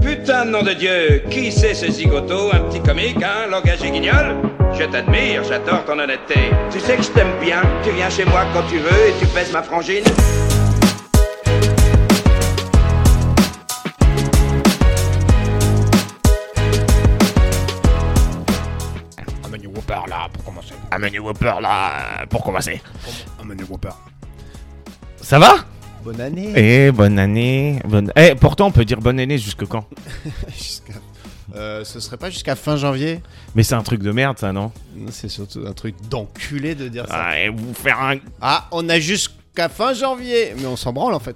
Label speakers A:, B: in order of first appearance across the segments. A: Putain de nom de Dieu, qui c'est ce zigoto Un petit comique, hein Langage et guignol Je t'admire, j'adore ton honnêteté. Tu sais que je t'aime bien, tu viens chez moi quand tu veux et tu pèses ma frangine.
B: Un menu Whopper là pour commencer.
C: Un menu Whopper là, pour commencer.
B: Un menu Whopper.
C: Ça va
B: Bonne année
C: Eh, bonne année. Bonne... Eh, pourtant, on peut dire bonne année jusque quand
B: Jusqu'à- Euh, ce serait pas jusqu'à fin janvier
C: Mais c'est un truc de merde, ça, non
B: C'est surtout un truc d'enculé de dire ça.
C: ah, et vous faire un...
B: Ah, on a jusqu'à fin janvier Mais on s'en branle en fait.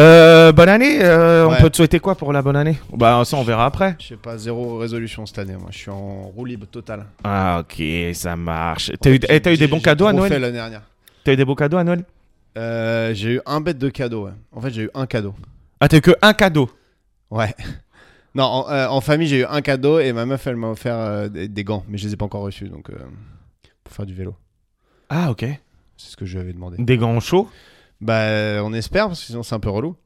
C: Euh, bonne année euh,
B: Ouais.
C: On peut te souhaiter quoi pour la bonne année Bah, ça, on verra après.
B: Je sais pas, zéro résolution cette année. Moi, je suis en roue libre totale.
C: Ah, ok, ça marche. T'as eu, eh, t'as eu
B: Oh, J'ai-
C: des bons
B: j'ai
C: cadeaux à
B: trop fait
C: Noël
B: l'année dernière.
C: T'as eu des beaux cadeaux à Noël
B: Euh, j'ai eu un bête de cadeaux. ouais. En fait, j'ai eu un cadeau.
C: Ah, t'as eu que un cadeau
B: Ouais. Non, en, euh, en famille, j'ai eu un cadeau et ma meuf, elle m'a offert euh, des, des gants, mais je les ai pas encore reçus, donc euh, pour faire du vélo.
C: Ah, ok.
B: C'est ce que je lui avais demandé.
C: Des gants chauds
B: Bah, euh, on espère, parce que sinon c'est un peu relou.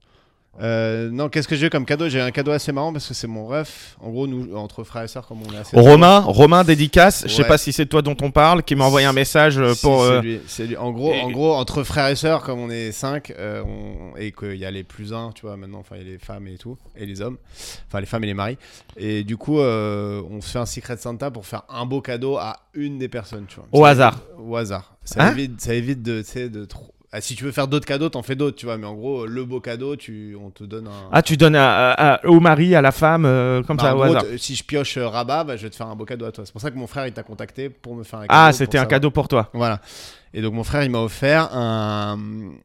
B: Euh, non, qu'est-ce que j'ai eu comme cadeau J'ai eu un cadeau assez marrant parce que c'est mon ref. En gros, nous, entre frères et sœurs, comme on est assez.
C: Romain, Romain dédicace. Je sais
B: Ouais.
C: pas si c'est toi dont on parle, qui m'a envoyé un message euh,
B: Si,
C: pour.
B: c'est
C: euh,
B: lui, c'est lui. En gros, en gros, entre frères et sœurs, comme on est cinq, euh, on- et qu'il y a les plus uns, tu vois, maintenant, enfin, il y a les femmes et tout, et les hommes, enfin, les femmes et les maris. Et du coup, euh, on se fait un secret de Santa pour faire un beau cadeau à une des personnes, tu vois.
C: Au hasard.
B: Au hasard. Ça
C: Hein
B: évite, ça évite de, tu sais, de trop. Ah, si tu veux faire d'autres cadeaux, t'en fais d'autres, tu vois. Mais en gros, le beau cadeau, tu, on te donne un.
C: Ah, tu donnes à- à- à- au mari, à la femme, euh, comme
B: Bah,
C: ça,
B: en
C: au
B: gros,
C: hasard.
B: t- Si je pioche euh, Rabat, bah, je vais te faire un beau cadeau à toi. C'est pour ça que mon frère, il t'a contacté pour me faire un cadeau.
C: Ah,
B: pour
C: c'était un
B: savoir.
C: cadeau pour toi.
B: Voilà. Et donc, mon frère, il m'a offert un,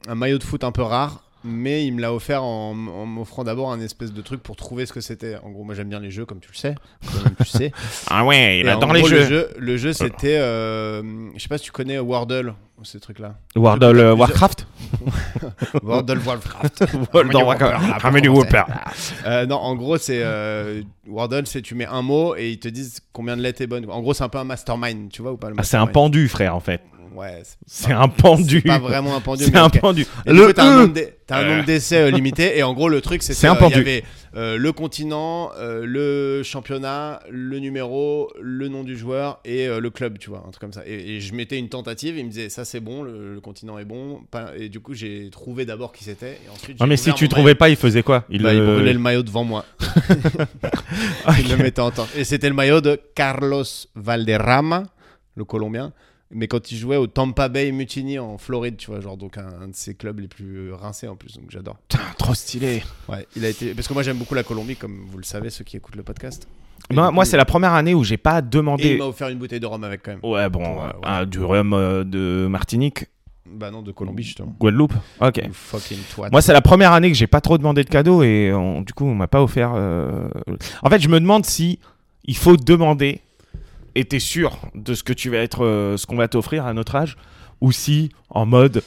B: un maillot de foot un peu rare, mais il me l'a offert en, en m'offrant d'abord un espèce de truc pour trouver ce que c'était. En gros, moi, j'aime bien les jeux, comme tu le sais. Comme tu sais.
C: Ah ouais,
B: Et en
C: dans les
B: gros,
C: jeux.
B: Le jeu, le jeu, c'était. euh, je sais pas si tu connais Wordle, ces trucs-là.
C: Wordle, euh,
B: Plusieurs-
C: Warcraft
B: Ah, Wordle Warcraft.
C: Wordle,
B: Ramène du
C: Warcraft.
B: Whopper, là,
C: Ramène du
B: pour commencer.
C: Whopper.
B: Euh, non, en gros, c'est euh, Wordle, c'est tu mets un mot et ils te disent combien de lettres est bonne. En gros, c'est un peu un mastermind, tu vois ou pas le
C: Ah, c'est un
B: mastermind
C: pendu, frère, en fait.
B: Ouais, Ah, c'est
C: C'est un pendu.
B: c'est pas vraiment un pendu.
C: C'est
B: mais
C: un
B: ok.
C: pendu.
B: Et du coup,
C: Le
B: t'as un
C: E.
B: nombre d'e- t'as un nombre d'essais euh, limité et en gros le truc c'est
C: C'est un pendu.
B: Il y avait euh, le continent, euh, le championnat, le numéro, le nom du joueur et euh, le club, tu vois, un truc comme ça. Et, et je mettais une tentative, il me disait ça c'est bon, le, le continent est bon. pas- Et du coup j'ai trouvé d'abord qui c'était. et ensuite,
C: Non,
B: j'ai
C: Ah, mais si
B: ouvert
C: tu
B: mon
C: trouvais pas, il faisait quoi
B: il, bah, il
C: euh,
B: brûlait le maillot devant moi. il le mettait en temps. Et c'était le maillot de Carlos Valderrama, le Colombien. Mais quand il jouait au Tampa Bay Mutiny en Floride, tu vois, genre donc un, un de ses clubs les plus rincés en plus, donc j'adore.
C: Putain, trop stylé.
B: Ouais, il a été parce que moi j'aime beaucoup la Colombie, comme vous le savez ceux qui écoutent le podcast. Et
C: Moi,
B: du
C: moi,
B: coup-
C: c'est la première année où j'ai pas
B: Et il
C: demandé.
B: m'a offert une bouteille de rhum avec quand même.
C: Ouais, bon,
B: Ouais, ouais.
C: ah, du rhum euh, de Martinique,
B: Bah non, de Colombie justement.
C: Guadeloupe. Ok.
B: You fucking twat.
C: Moi, c'est la première année que j'ai pas trop demandé de cadeaux et on- du coup, on m'a pas offert. euh, En fait, je me demande si il faut demander et t'es sûr de ce que tu vas être, euh, ce qu'on va t'offrir à notre âge, ou si en mode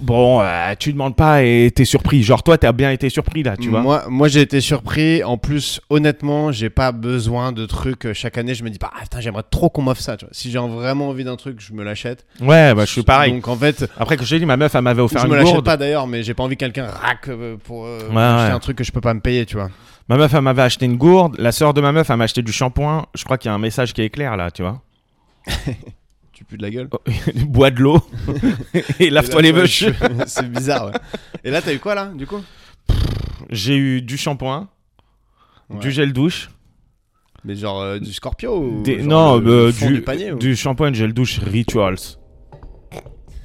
C: bon, euh, tu demandes pas et t'es surpris. Genre toi, t'as bien été surpris là, Ah, tu vois.
B: Moi, moi j'ai été surpris. En plus, honnêtement, j'ai pas besoin de trucs. Euh, Chaque année, je me dis pas, ah, putain, j'aimerais trop qu'on m'offre ça. tu vois. Si j'ai vraiment envie d'un truc, je me l'achète.
C: Ouais, bah je suis pareil.
B: Donc en fait,
C: Après que j'ai dit, ma meuf, elle m'avait offert
B: je me
C: une
B: l'achète
C: gourde.
B: pas d'ailleurs, mais j'ai pas envie que quelqu'un raque euh, pour euh,
C: Ouais,
B: acheter
C: ouais.
B: un truc que je peux pas me payer, tu vois.
C: Ma meuf, elle m'avait acheté une gourde. La sœur de ma meuf, elle m'a acheté du shampoing. Je crois qu'il y a un message qui est clair là, tu vois.
B: Tu pues de la gueule.
C: Bois de l'eau et lave-toi les
B: Lave-toi
C: bûches.
B: cheveux. C'est bizarre. ouais. Et là, t'as eu quoi là, du coup
C: J'ai eu du shampoing,
B: Ouais.
C: du gel douche,
B: Mais genre euh, du Scorpio ou
C: des- non,
B: genre le-
C: euh,
B: le fond
C: du,
B: du panier ou
C: du shampoing et gel douche Rituals.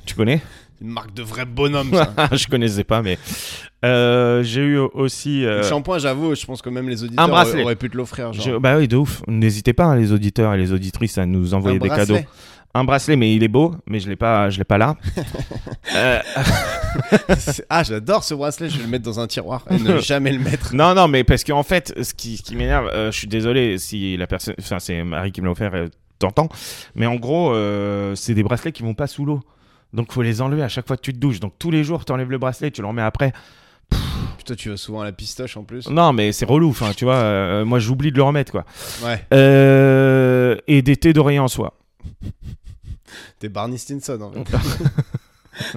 C: Tu connais Ah,
B: une marque de vrai bonhomme. Ça.
C: Je connaissais pas, mais euh, j'ai eu aussi. euh,
B: Le shampoing, j'avoue, je pense que même les auditeurs
C: bracelet.
B: auraient, auraient pu te l'offrir. genre.
C: j'ai- bah oui, de ouf. N'hésitez pas, hein, les auditeurs et les auditrices, à nous
B: Un
C: envoyer des
B: bracelet.
C: cadeaux. Un bracelet, mais il est beau, mais je l'ai pas, je l'ai pas là. Euh,
B: C'est- Ah, j'adore ce bracelet, je vais le mettre dans un tiroir et ne jamais le mettre.
C: Non, non, mais parce qu'en fait, ce qui, ce qui m'énerve, euh, je suis désolé si la personne. Enfin, c'est Marie qui me l'a offert, euh, t'entends. Mais en gros, euh, c'est des bracelets qui vont pas sous l'eau. Donc, faut les enlever à chaque fois que tu te douches. Donc, tous les jours, t'enlèves le bracelet, tu le remets après.
B: Putain, tu vas souvent à la pistoche en plus.
C: Non, mais c'est relou, enfin, tu vois. euh, moi, j'oublie de le remettre, quoi.
B: Ouais,
C: Euh, et des thés d'oreiller en soie.
B: t'es Barney Stinson en fait.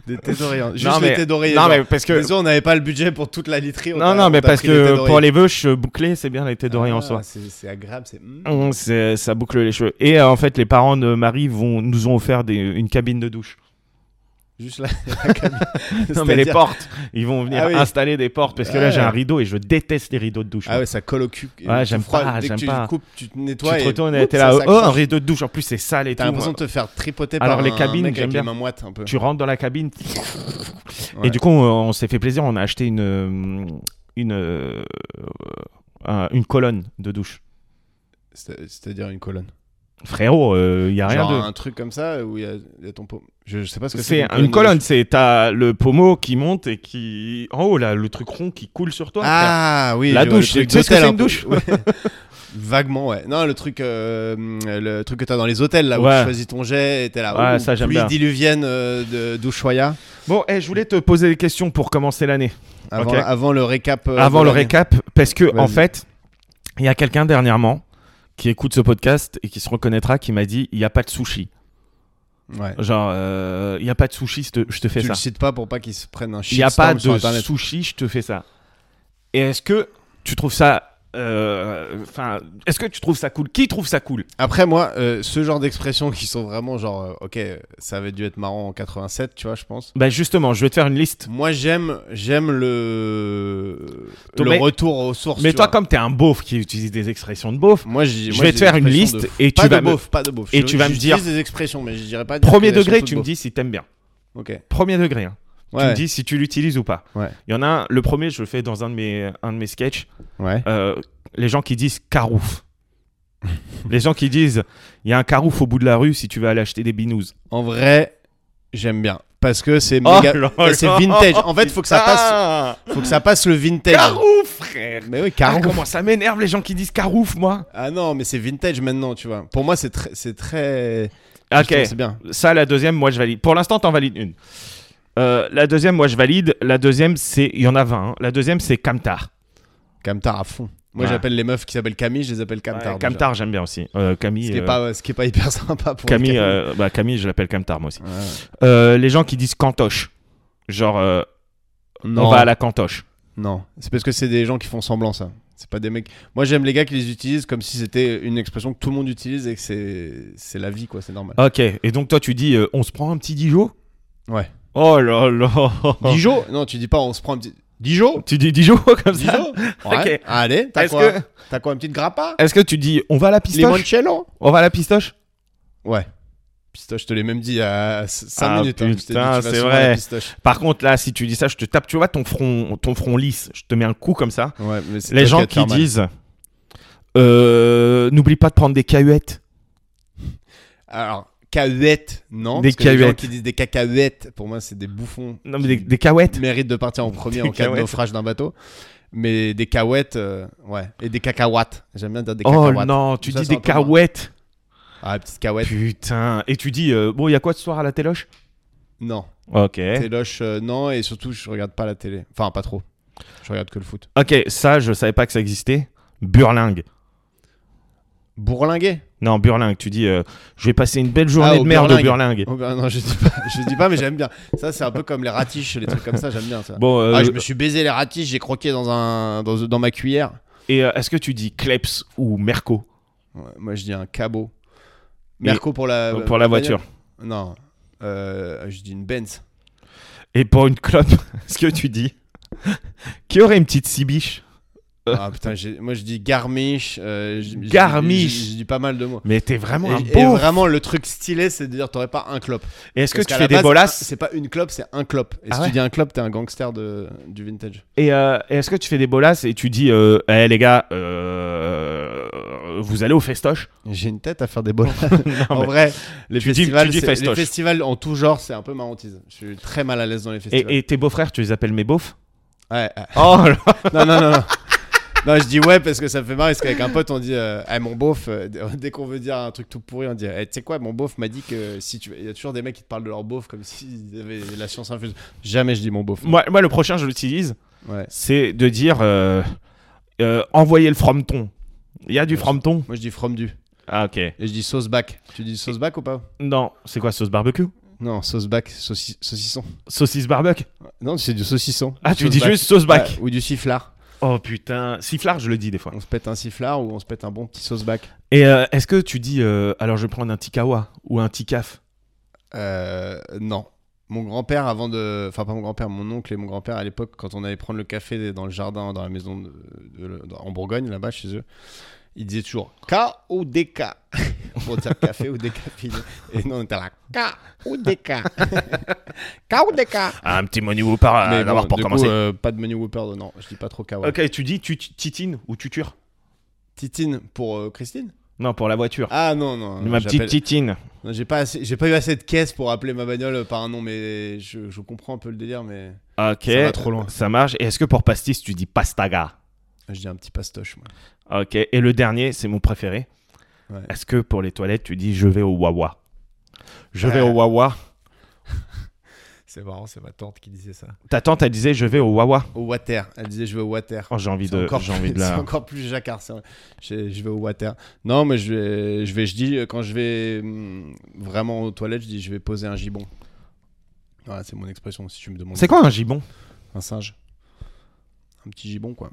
B: Des thés d'oreiller. Juste
C: Non, mais-
B: les thés d'oreiller.
C: non,
B: genre.
C: mais parce que
B: Les autres, on n'avait pas le budget pour toute la literie. on
C: non
B: t'a-
C: non
B: on
C: mais
B: t'a
C: parce
B: pris les thés
C: que
B: d'oreiller.
C: pour les bûches bouclées c'est bien les thés d'oreiller en
B: Ah,
C: soi.
B: C'est c'est agréable, c'est. mm.
C: Hum, c'est- Ça boucle les cheveux. Et euh, en fait, les parents de Marie vont, nous ont offert des- une cabine de douche.
B: Juste la, la cabine.
C: Non, mais les
B: C'est-à-dire-
C: portes. Ils vont venir
B: Ah oui.
C: installer des portes parce que là,
B: Ouais.
C: j'ai un rideau et je déteste les rideaux de douche.
B: Ah
C: moi.
B: ouais, ça colle au cul. et
C: Ouais,
B: tout
C: j'aime
B: froid.
C: pas,
B: Dès que
C: j'aime
B: tu
C: pas.
B: coupes, tu te
C: tu
B: nettoies.
C: te
B: et
C: retournes
B: oups,
C: et t'es
B: ça
C: là. Oh, un
B: s'accroche.
C: rideau de douche. En plus, c'est sale et tout.
B: T'as l'impression
C: moi.
B: de te faire tripoter
C: Alors,
B: par
C: les
B: un
C: cabines,
B: mec
C: j'aime
B: avec les
C: bien.
B: mains moites un peu.
C: Tu rentres dans la cabine.
B: Ouais.
C: Et du coup, on, on s'est fait plaisir. On a acheté une, euh, une, euh, un- une colonne de douche.
B: C'est- C'est-à-dire une colonne.
C: Frérot, euh, il y a rien
B: Genre
C: de.
B: un truc comme ça où il y a- il y, a ton pot. Je, je sais pas ce que c'est.
C: C'est une colonne, c'est t'as le pommeau qui monte et qui en haut là le truc rond qui coule sur toi. frère.
B: Ah oui,
C: La
B: je vois le
C: douche,
B: truc
C: tu sais ce que
B: d'hôtel
C: c'est
B: un
C: une
B: peu.
C: douche
B: Ouais. Vaguement, ouais. Non, le truc, euh, le truc que t'as dans les hôtels, là où
C: Ouais.
B: tu choisis ton jet, et t'es là.
C: Ouais,
B: ouh,
C: ça, j'aime
B: pluie
C: bien.
B: diluvienne euh, de d'Ushuaïa.
C: Bon, eh, je voulais te poser des questions pour commencer l'année.
B: Avant,
C: Ok.
B: avant le récap. euh,
C: Avant
B: de
C: le
B: l'année.
C: récap, parce que en
B: Vas-y.
C: fait, il y a quelqu'un dernièrement qui écoute ce podcast et qui se reconnaîtra, qui m'a dit il n'y a pas de sushi.
B: Ouais.
C: Genre, euh, il n'y a pas de sushi, je te- je te fais
B: Tu
C: ça.
B: le cites pas pour pas qu'il se prenne un
C: Il n'y a pas
B: shitstorm sur
C: de
B: internet.
C: sushi, je te fais ça. Et est-ce que tu trouves ça. euh, Enfin, est-ce que tu trouves ça cool Qui trouve ça cool
B: Après, moi, euh, ce genre d'expressions qui sont vraiment genre, euh, ok, ça avait dû être marrant en 87, tu vois, je pense.
C: Bah, justement, je vais te faire une liste.
B: Moi, j'aime, j'aime le
C: Toi,
B: le
C: mais-
B: retour aux sources.
C: Mais
B: tu
C: toi,
B: vois.
C: comme t'es un beauf qui utilise des expressions de beauf,
B: moi, j'ai-
C: je
B: moi,
C: vais
B: j'ai
C: te faire
B: des
C: une
B: expressions
C: liste
B: de-
C: et tu
B: pas
C: vas
B: de
C: me-
B: beauf, pas de beauf.
C: et
B: Je-
C: tu vas me dire-
B: j'utilise des expressions, mais je dirais pas.
C: Premier
B: qu'elles sont
C: degré,
B: toutes
C: tu me
B: beaufs.
C: dis si t'aimes bien.
B: Ok.
C: Premier degré. hein. Tu
B: Ouais.
C: me dis si tu l'utilises ou pas. Il
B: Ouais.
C: y en a un, le premier, je le fais dans un de mes, un de mes sketchs.
B: Ouais.
C: euh, les gens qui disent carouf. les gens qui disent il y a un carouf au bout de la rue si tu veux aller acheter des binous.
B: En vrai, j'aime bien parce que c'est
C: Oh
B: méga,
C: là
B: Ouais, c'est
C: là,
B: vintage. En fait, faut que ça passe,
C: putain.
B: faut que ça passe le vintage.
C: Carouf, frère
B: Mais oui,
C: ah,
B: carouf.
C: Comment ça m'énerve les gens qui disent carouf, moi
B: Ah non, mais c'est vintage maintenant, tu vois. Pour moi, c'est très, c'est très. je
C: Ok,
B: trouve que C'est bien.
C: ça, la deuxième, moi je valide. Pour l'instant, t'en valides une. Euh, la deuxième, moi je valide. La deuxième, c'est. Il y en a 20. hein. La deuxième, c'est Camtar.
B: Camtar à fond. Moi,
C: Ouais.
B: j'appelle les meufs qui s'appellent Camille, je les appelle Camtar.
C: Ouais,
B: Ah, déjà.
C: Camtar, j'aime bien aussi. Euh, Camille.
B: Ce qui, est
C: euh,
B: pas, ouais, ce qui est pas hyper sympa pour
C: Camille,
B: les Camilles.
C: euh, bah, Camille, je l'appelle Camtar, moi aussi.
B: Ouais.
C: Euh, les gens qui disent cantoche. Genre, euh,
B: Non,
C: on va à la cantoche.
B: non. C'est parce que c'est des gens qui font semblant ça. C'est pas des mecs. Moi j'aime les gars qui les utilisent comme si c'était une expression que tout le monde utilise et que c'est c'est la vie quoi, c'est normal.
C: Ok, et donc toi tu dis euh, on se prend un petit Dijon
B: Ouais.
C: Oh là là
B: Dijon Non, tu dis pas on se prend un petit Dijon
C: Tu dis Dijon comme ça
B: Dijon Ouais.
C: Ok.
B: Allez, t'as
C: Est-ce
B: quoi
C: que-
B: T'as quoi une petite grappa
C: Est-ce que tu dis on va à la pistoche
B: Limoncello
C: On va à la pistoche
B: Ouais. Pistoche, je te l'ai même dit il y a 5
C: Ah,
B: minutes. hein. Je t'ai dit, tu
C: putain,
B: vas
C: c'est
B: souvent à
C: vrai.
B: la pistoche.
C: Par contre là si tu dis ça je te tape, tu vois ton front, ton front lisse, je te mets un coup comme ça.
B: Ouais, mais c'est
C: Les
B: toi
C: gens
B: vas te
C: qui
B: faire mal.
C: disent euh, n'oublie pas de prendre des cahuètes.
B: Alors, cahuètes, non.
C: Des
B: parce que les gens
C: cahuètes.
B: qui disent des cacahuètes, pour moi, c'est des bouffons.
C: Non mais des,
B: qui
C: des cahuètes
B: méritent de partir en premier
C: Des
B: en cas de
C: cahuètes.
B: naufrage d'un bateau. Mais des cahuètes, euh, ouais. Et des cacahuètes. J'aime bien dire des
C: Oh
B: cacahuètes.
C: non, tu
B: Ça,
C: dis
B: c'est un
C: des
B: peu moins.
C: cahuètes.
B: Ah, petite cahuète.
C: Putain, et tu dis euh, bon, il y a quoi ce soir à la téloche
B: Non.
C: OK.
B: Téloche, euh, non. Et surtout, je regarde pas la télé. Enfin, pas trop. Je regarde que le foot.
C: OK, ça je savais pas que ça existait. Burlingue.
B: Bourlinguer
C: Non, burlingue, tu dis euh, je vais passer une belle journée
B: Ah, au
C: de merde au burlingue.
B: Oh, bah, Non, je dis pas, je dis pas mais j'aime bien. Ça, c'est un peu comme les ratiches, les trucs comme ça, j'aime bien ça.
C: Bon, euh,
B: Ah, je me suis baisé les ratiches, j'ai croqué dans, un, dans, dans ma cuillère.
C: et euh, est-ce que tu dis Kleps ou Merco
B: Ouais, moi, je dis un cabot.
C: Mais-
B: Merco pour la,
C: pour la voiture
B: Non. Euh, je dis une Benz.
C: Et pour une clope, est-ce que tu dis Qui aurait une petite cibiche
B: Ah putain, j'ai- moi je dis garmiche. euh, je- je-
C: Garmiche.
B: Je je dis pas mal de mots.
C: Mais t'es vraiment un
B: et, et
C: beau
B: vraiment, le truc stylé, c'est de dire t'aurais pas un clope.
C: Et est-ce que
B: Parce
C: tu
B: qu'à
C: fais
B: la
C: des
B: base,
C: bolasses
B: C'est pas une clope, c'est un clope. Et
C: Ah
B: si
C: ouais
B: tu dis un clope, t'es un gangster de, du vintage.
C: Et euh, et est-ce que tu fais des bolasses et tu dis euh, Eh les gars, euh, vous allez au festoche
B: J'ai une tête à faire des bolas. en
C: mais-
B: vrai, les
C: Tu dis-
B: festivals,
C: tu dis
B: c'est- les
C: festoche.
B: festivals en tout genre, c'est un peu ma hantise. Je suis très mal à l'aise dans les festivals.
C: et, et tes beaux-frères, tu les appelles mes beaufs
B: Ouais, ouais.
C: Oh là
B: Non, non, non, non. Non, je dis ouais parce que ça me fait marrer. Parce qu'avec un pote, on dit euh, Ah, mon beauf. euh, Dès qu'on veut dire un truc tout pourri, on dit Eh, Tu sais quoi, mon beauf m'a dit que si tu. Il y a toujours des mecs qui te parlent de leur beauf comme s'ils avaient la science infuse. Jamais je dis mon beauf.
C: moi, moi, le prochain, je l'utilise,
B: Ouais.
C: c'est de dire euh, euh, Envoyez le frometon. Il y a du frometon
B: Moi, je dis from du.
C: Ah ok.
B: Et je dis sauce back. Tu dis sauce back ou pas
C: Non, c'est quoi sauce barbecue
B: Non, sauce bac, sauci- saucisson.
C: Saucisse barbecue
B: Non, c'est du saucisson.
C: Ah,
B: Du
C: tu
B: sauce
C: dis
B: bac.
C: juste sauce bac.
B: Ouais, ou du sifflard.
C: Oh putain, sifflard, je le dis des fois.
B: On se pète un sifflard ou on se pète un bon petit sauce bac.
C: Et euh, est-ce que tu dis, euh, alors je vais prendre un tikawa ou un tikaf
B: Euh, non. Mon grand-père, avant de. Enfin, pas mon grand-père, mon oncle et mon grand-père, à l'époque, quand on allait prendre le café dans le jardin, dans la maison de- de- de- en Bourgogne, là-bas, chez eux, ils disaient toujours K ou DK pour dire café ou décaféiné. Et nous, on était là K ou DK K ou DK
C: Un petit menu ou par
B: Mais bon, du coup, euh, pas de menu Whopper, non, je dis pas trop K. ouais.
C: Ok, tu dis tu tu- titine ou tuture
B: Titine pour euh, Christine
C: Non, pour la voiture.
B: Ah non, non.
C: Ma
B: j'appelle-
C: petite titine.
B: Non, J'ai pas, assez- j'ai pas eu assez de caisse pour appeler ma bagnole par un nom, mais je, je comprends un peu le délire, mais
C: Ok.
B: Ça va trop loin.
C: Ça marche. Et est-ce que pour pastis, tu dis pastaga
B: je dis un petit pastoche. Moi.
C: Ok. Et le dernier, c'est mon préféré.
B: Ouais.
C: Est-ce que pour les toilettes, tu dis je vais au Wawa Je vais
B: Euh.
C: au Wawa.
B: C'est marrant, c'est ma tante qui disait ça.
C: Ta tante, elle disait je vais au Wawa.
B: Au water, elle disait je vais au water.
C: Oh, j'ai envie
B: C'est
C: de,
B: encore,
C: j'ai
B: plus-
C: envie de
B: c'est
C: la.
B: encore plus jacquard. c'est vrai. Je, je vais au water. Non, mais je vais, je vais, je dis, quand je vais hum, vraiment aux toilettes, je dis je vais poser un gibon. Voilà, c'est mon expression si tu me demandes.
C: C'est quoi un gibon
B: Un singe. Un petit gibon, quoi.